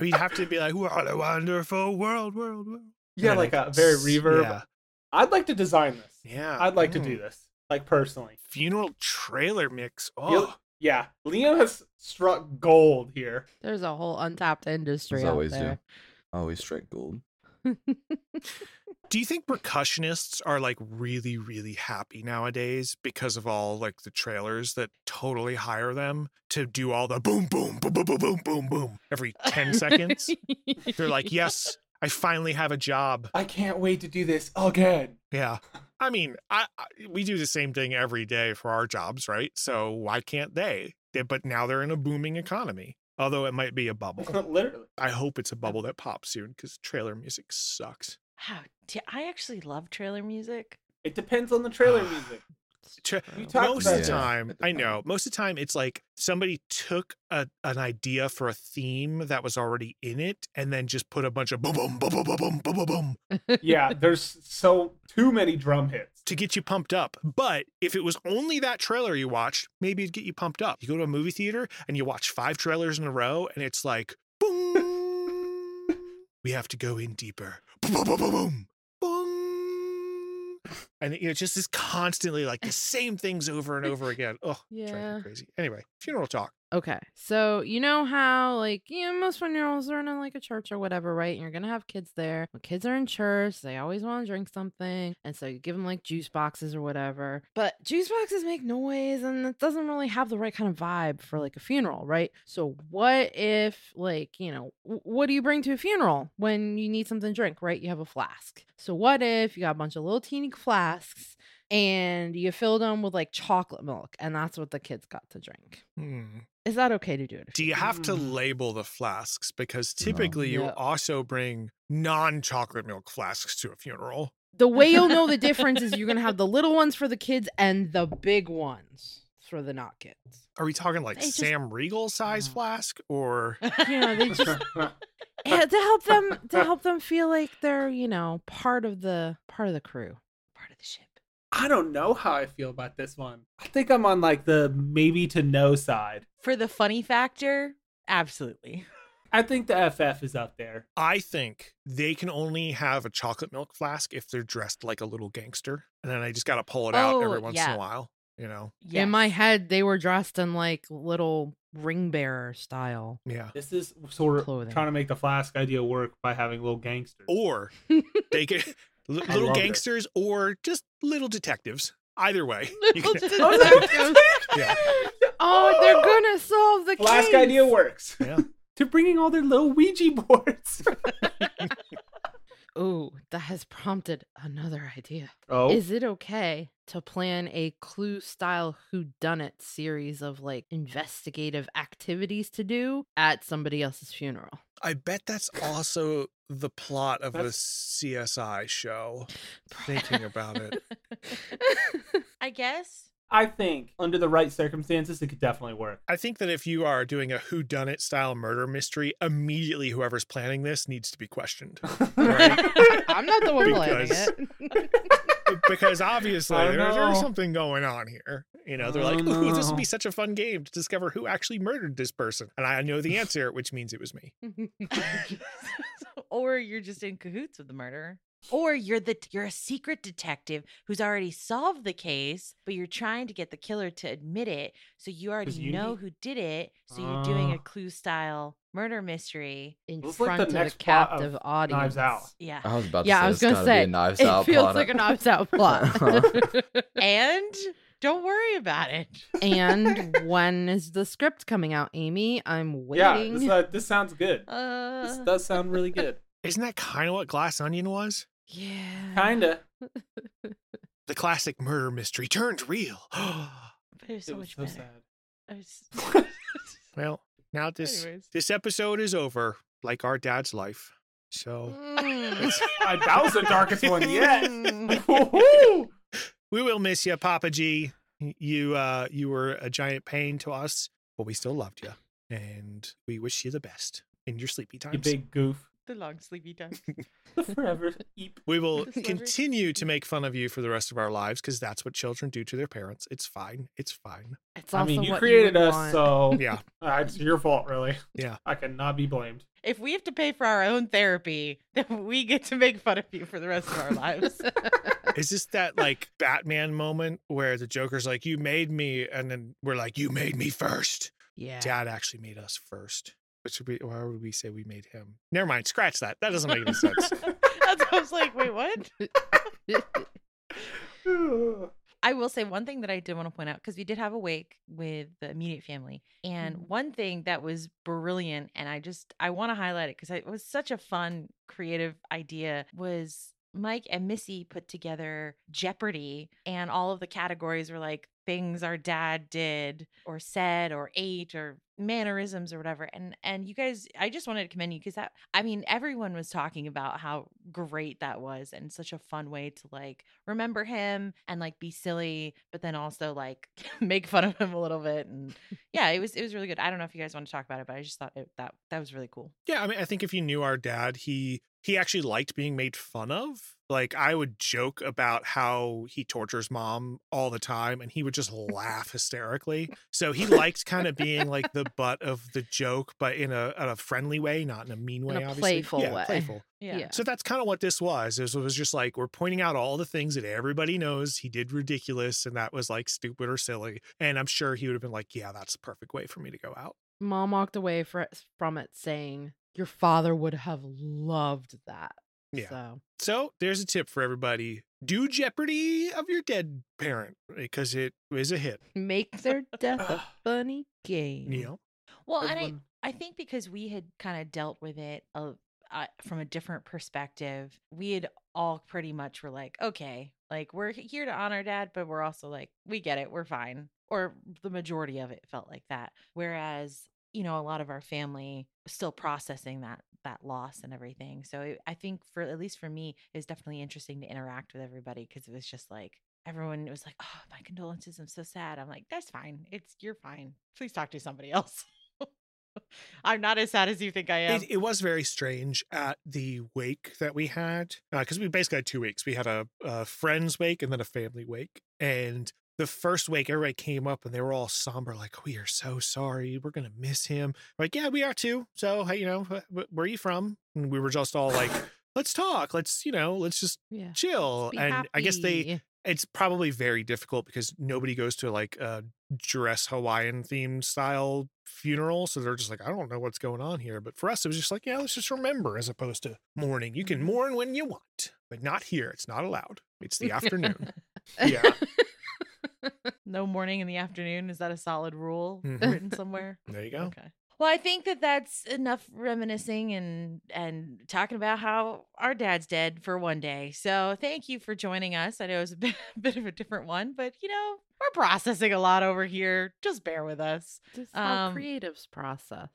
Speaker 7: You'd have to be like,
Speaker 3: What a wonderful world, world, world.
Speaker 4: Yeah,
Speaker 7: And
Speaker 4: like
Speaker 7: then
Speaker 4: a very
Speaker 7: s-
Speaker 4: reverb.
Speaker 7: Yeah.
Speaker 4: I'd like to design this.
Speaker 7: yeah.
Speaker 4: I'd like to
Speaker 7: Mm.
Speaker 4: do this, like personally.
Speaker 7: funeral trailer mix.
Speaker 4: Feel-
Speaker 7: Oh,
Speaker 4: Yeah, Liam has struck gold here.
Speaker 2: There's a whole untapped industry
Speaker 5: As
Speaker 2: out
Speaker 5: always do.
Speaker 2: there.
Speaker 5: Always strike gold.
Speaker 3: Do you think percussionists are like really, really happy nowadays because of all like the trailers that totally hire them to do all the boom, boom, boom, boom, boom, boom, boom, boom every 10 seconds? They're like, yes, I finally have a job.
Speaker 4: I can't wait to do this again.
Speaker 3: Yeah. I mean, I, I we do the same thing every day for our jobs, right? So why can't they? They- But now they're in a booming economy. Although it might be a bubble.
Speaker 4: Literally.
Speaker 3: I hope it's a bubble that pops soon because trailer music sucks.
Speaker 1: Wow, do- I actually love trailer music.
Speaker 4: It depends on the trailer music.
Speaker 3: Tra-
Speaker 4: You talked
Speaker 3: most of
Speaker 4: about
Speaker 3: the
Speaker 5: that.
Speaker 3: time
Speaker 5: At the
Speaker 3: i
Speaker 5: time.
Speaker 3: know most of the time it's like somebody took a, an idea for a theme that was already in it and then just put a bunch of boom boom boom boom boom boom boom, boom, boom
Speaker 4: Yeah, there's so too many drum hits.
Speaker 3: to get you pumped up but if it was only that trailer you watched maybe it'd get you pumped up you go to a movie theater and you watch five trailers in a row and it's like boom we have to go in deeper boom boom boom boom, boom boom and you know just is constantly like the same things over and over again oh Driving
Speaker 2: yeah.
Speaker 3: me crazy. Anyway, funeral talk.
Speaker 2: Okay. So you know how like you know, most funerals are in a, like a church or whatever, right? And you're gonna have kids there. When kids are in church, they always want to drink something, and so you give them like juice boxes or whatever. But juice boxes make noise, and it doesn't really have the right kind of vibe for like a funeral, right? So what if like you know w- what do you bring to a funeral when you need something to drink, right? You have a flask. So what if you got a bunch of little teeny flasks and you filled them with like chocolate milk, and that's what the kids got to drink. Is that okay to do it?
Speaker 3: Hmm. Do you have to
Speaker 4: Mm.
Speaker 3: label the flasks? Because
Speaker 5: No.
Speaker 3: typically you
Speaker 2: No.
Speaker 3: also bring non chocolate milk flasks to a funeral.
Speaker 2: the way you'll know the difference is you're gonna have the little ones for the kids and the big ones for the not kids.
Speaker 3: Are we talking like
Speaker 1: They just-
Speaker 3: Sam Regal size
Speaker 4: Mm.
Speaker 3: flask or
Speaker 2: You know, they just yeah, to help them to help them feel like they're you know part of the part of the crew.
Speaker 1: Part of the ship.
Speaker 4: I don't know how I feel about this one. I think I'm on like the maybe to no side.
Speaker 1: For the funny factor, absolutely.
Speaker 4: I think the FF is up there.
Speaker 3: I think they can only have a chocolate milk flask if they're dressed like a little gangster. And then I just got to pull it out every
Speaker 1: Oh,
Speaker 3: once in
Speaker 1: yeah.
Speaker 3: a while, you know?
Speaker 2: In my
Speaker 1: Yes.
Speaker 2: head, they were dressed in like little ring bearer style.
Speaker 3: Yeah.
Speaker 4: This is sort of
Speaker 2: Clothing.
Speaker 4: trying to make the flask idea work by having little gangsters.
Speaker 3: Or they can, li-
Speaker 4: I
Speaker 3: little
Speaker 4: love it.
Speaker 3: gangsters or just little detectives. Either way, you
Speaker 2: Little
Speaker 3: can-
Speaker 2: detectives.
Speaker 3: Yeah.
Speaker 2: Oh, they're gonna solve the
Speaker 4: Flask
Speaker 2: case.
Speaker 4: idea works.
Speaker 3: Yeah.
Speaker 4: to bringing all their little Ouija boards.
Speaker 2: Ooh, that has prompted another idea.
Speaker 4: oh,
Speaker 2: Is it okay to plan a clue style whodunit series of like investigative activities to do at somebody else's funeral?
Speaker 3: I bet that's also the plot of the
Speaker 4: That's-
Speaker 3: CSI show. Thinking about it.
Speaker 1: I guess.
Speaker 4: I think under the right circumstances, it could definitely work.
Speaker 3: I think that if you are doing a whodunit style murder mystery, immediately whoever's planning this needs to be questioned. Right.
Speaker 2: I'm not the one planning
Speaker 3: Because-
Speaker 2: it.
Speaker 3: because obviously
Speaker 4: I
Speaker 3: there- there's
Speaker 4: know.
Speaker 3: something going on here. You know, they're
Speaker 4: I
Speaker 3: like, ooh, this would be
Speaker 4: know.
Speaker 3: such a fun game to discover who actually murdered this person. And I know the answer, which means it was me.
Speaker 1: or you're just in cahoots with the murderer. Or you're the you're a secret detective who's already solved the case, but you're trying to get the killer to admit it. So you already
Speaker 4: 'Cause you
Speaker 1: know
Speaker 4: need-
Speaker 1: who did it. So you're doing
Speaker 4: Ah.
Speaker 1: a clue style murder mystery.
Speaker 2: In
Speaker 4: Looks like
Speaker 2: front
Speaker 4: the
Speaker 2: of
Speaker 4: next
Speaker 2: a
Speaker 4: plot of
Speaker 2: captive audience.
Speaker 4: Knives Out.
Speaker 1: Yeah.
Speaker 5: I was about
Speaker 2: Yeah, I
Speaker 5: to
Speaker 2: was
Speaker 5: say,
Speaker 2: gonna
Speaker 5: it's gotta be
Speaker 2: say,
Speaker 5: a knives
Speaker 2: It
Speaker 5: out
Speaker 2: feels
Speaker 5: plot.
Speaker 2: like a knives out
Speaker 4: Uh-huh.
Speaker 2: plot.
Speaker 1: and don't worry about it.
Speaker 2: and when is the script coming out, Amy? I'm
Speaker 4: Yeah,
Speaker 2: waiting.
Speaker 4: this, uh, this sounds good. This
Speaker 1: Uh,
Speaker 4: does sound really good.
Speaker 3: Isn't that kind of what Glass Onion was?
Speaker 1: yeah.
Speaker 4: Kinda.
Speaker 3: The classic murder mystery turned real.
Speaker 1: But it was so
Speaker 4: It was
Speaker 1: much
Speaker 4: so
Speaker 1: better.
Speaker 4: sad.
Speaker 1: It was-
Speaker 3: well, now this
Speaker 1: Anyways.
Speaker 3: this episode is over, like our dad's life. So.
Speaker 1: Mm-hmm.
Speaker 2: Mm.
Speaker 4: I, oh. that was the darkest one yet. Woohoo!
Speaker 3: We will miss you, Papa G. You uh you were a giant pain to us, but we still loved you. And we wish you the best in your sleepy
Speaker 4: you
Speaker 3: times.
Speaker 4: big goof.
Speaker 1: the long sleepy time.
Speaker 4: Forever. Eep.
Speaker 3: We will
Speaker 1: Just love it.
Speaker 3: continue to make fun of you for the rest of our lives because that's what children do to their parents. It's fine. It's fine.
Speaker 2: It's
Speaker 4: I mean,
Speaker 2: also
Speaker 4: you
Speaker 2: what
Speaker 4: created
Speaker 2: would
Speaker 4: us,
Speaker 2: want.
Speaker 4: so
Speaker 3: Yeah.
Speaker 4: uh, it's your fault, really.
Speaker 3: Yeah.
Speaker 4: I cannot be blamed.
Speaker 1: If we have to pay for our own therapy, then we get to make fun of you for the rest of our lives.
Speaker 3: Is this that like Batman moment where the Joker's like, you made me? And then we're like, you made me first.
Speaker 2: yeah.
Speaker 3: Dad actually made us first. Which would be, why would we say we made him? Never mind. Scratch that. That doesn't make any sense.
Speaker 1: That's I was like, wait, what? I will say one thing that I did want to point out because we did have a wake with the immediate family. And
Speaker 2: Mhm.
Speaker 1: one thing that was brilliant, and I just I want to highlight it because it was such a fun, creative idea was Mike and Missy put together Jeopardy, and all of the categories were like things our dad did or said or ate or mannerisms or whatever. And and you guys, I just wanted to commend you because that I mean everyone was talking about how great that was and such a fun way to like remember him and like be silly, but then also like make fun of him a little bit. And yeah, it was it was really good. I don't know if you guys want to talk about it, but I just thought it, that that was really cool.
Speaker 3: Yeah, I mean, I think if you knew our dad, he he actually liked being made fun of. Like I would joke about how he tortures mom all the time, and he would just laugh hysterically. So he liked kind of being like the butt of the joke, but in a in a friendly way, not in a mean way,
Speaker 2: a
Speaker 3: obviously.
Speaker 2: playful
Speaker 3: yeah,
Speaker 2: way.
Speaker 3: Playful.
Speaker 1: Yeah.
Speaker 2: Yeah.
Speaker 3: So that's kind of what this was. It was, it was just like we're pointing out all the things that everybody knows he did ridiculous, and that was like stupid or silly. And I'm sure he would have been like, "Yeah, that's the perfect way for me to go out."
Speaker 2: Mom walked away fr- from it saying, Your father would have loved that.
Speaker 3: Yeah.
Speaker 2: So,
Speaker 3: So there's a tip for everybody. Do Jeopardy of your dead parent because it is a hit.
Speaker 2: make their death a funny game.
Speaker 3: You know?
Speaker 1: Well,
Speaker 4: Good
Speaker 1: and I,
Speaker 4: one.
Speaker 1: I think because we had kind of dealt with it uh, uh, from a different perspective, we had all pretty much were like, okay, like we're here to honor dad, but we're also like, we get it, we're fine. Or the majority of it felt like that. Whereas, you know, a lot of our family was still processing that that loss and everything. So it, I think for at least for me, it was definitely interesting to interact with everybody because it was just like everyone was like, "Oh, my condolences, I'm so sad." I'm like, "That's fine. It's you're fine. Please talk to somebody else." I'm not as sad as you think I am.
Speaker 3: It, it was very strange at the wake that we had because we basically had two weeks. We had a, a friend's wake and then a family wake. And the first wake, everybody came up and they were all somber, like, we are so sorry. We're going to miss him. We're like, yeah, we are too. So, hey, you know, wh- wh- where are you from? And we were just all like, let's talk. Let's, you know, let's just
Speaker 2: Yeah.
Speaker 3: chill.
Speaker 2: Let's be
Speaker 3: and I guess they,
Speaker 2: happy.
Speaker 3: it's probably very difficult because nobody goes to like a dress Hawaiian themed style funeral. So they're just like, I don't know what's going on here. But for us, it was just like, yeah, let's just remember as opposed to mourning. You can
Speaker 4: Mm-hmm.
Speaker 3: mourn when you want, but not here. It's not allowed. It's the afternoon. yeah.
Speaker 1: No morning in the afternoon. Is that a solid rule
Speaker 3: Mhm.
Speaker 1: written somewhere?
Speaker 3: There you go.
Speaker 1: Okay. Well, I think that that's enough reminiscing and and talking about how our dad's dead for one day. So thank you for joining us. I know it was a bit, bit of a different one, but you know we're processing a lot over here. Just bear with us.
Speaker 2: Just how
Speaker 1: um,
Speaker 2: creatives process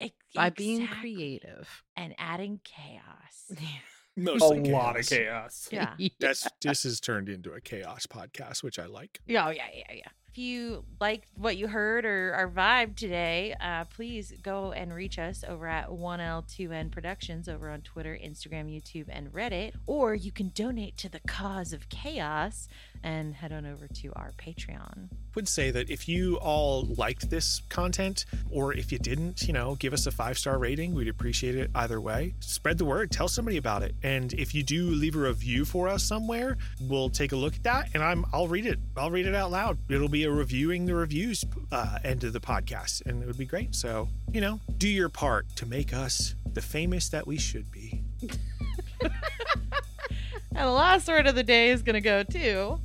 Speaker 1: Ex-
Speaker 2: by being
Speaker 1: exactly.
Speaker 2: creative.
Speaker 1: and adding chaos.
Speaker 4: a
Speaker 3: Mostly
Speaker 4: lot of chaos.
Speaker 1: Yeah.
Speaker 3: That's this has turned into a chaos podcast, which I like.
Speaker 1: Yeah, oh, yeah, yeah, yeah. If you liked what you heard or our vibe today, uh, please go and reach us over at 1L2N Productions over on Twitter, Instagram, YouTube, and Reddit. Or you can donate to the cause of chaos and head on over to our Patreon.
Speaker 3: would say that if you all liked this content or if you didn't, you know, give us a five star rating. We'd appreciate it either way. Spread the word, tell somebody about it. And if you do leave a review for us somewhere, we'll take a look at that and I'm I'll read it. I'll read it out loud. It'll be a reviewing the reviews uh, end of the podcast and it would be great. So, you know, do your part to make us the famous that we should be.
Speaker 1: And the last word of the day is going to go to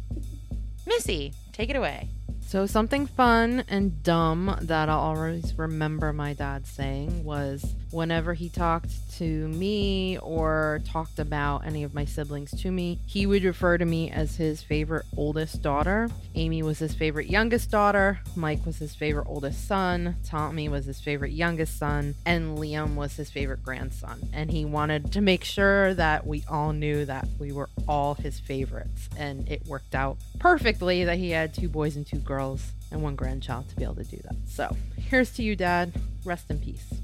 Speaker 1: Missy. Take it away.
Speaker 2: So something fun and dumb that I'll always remember my dad saying was whenever he talked to me or talked about any of my siblings to me, he would refer to me as his favorite oldest daughter. Amy was his favorite youngest daughter, Mike was his favorite oldest son, Tommy was his favorite youngest son, and Liam was his favorite grandson. And he wanted to make sure that we all knew that we were all his favorites. And it worked out perfectly that he had two boys and two girls and one grandchild to be able to do that. So here's to you, Dad. Rest in peace.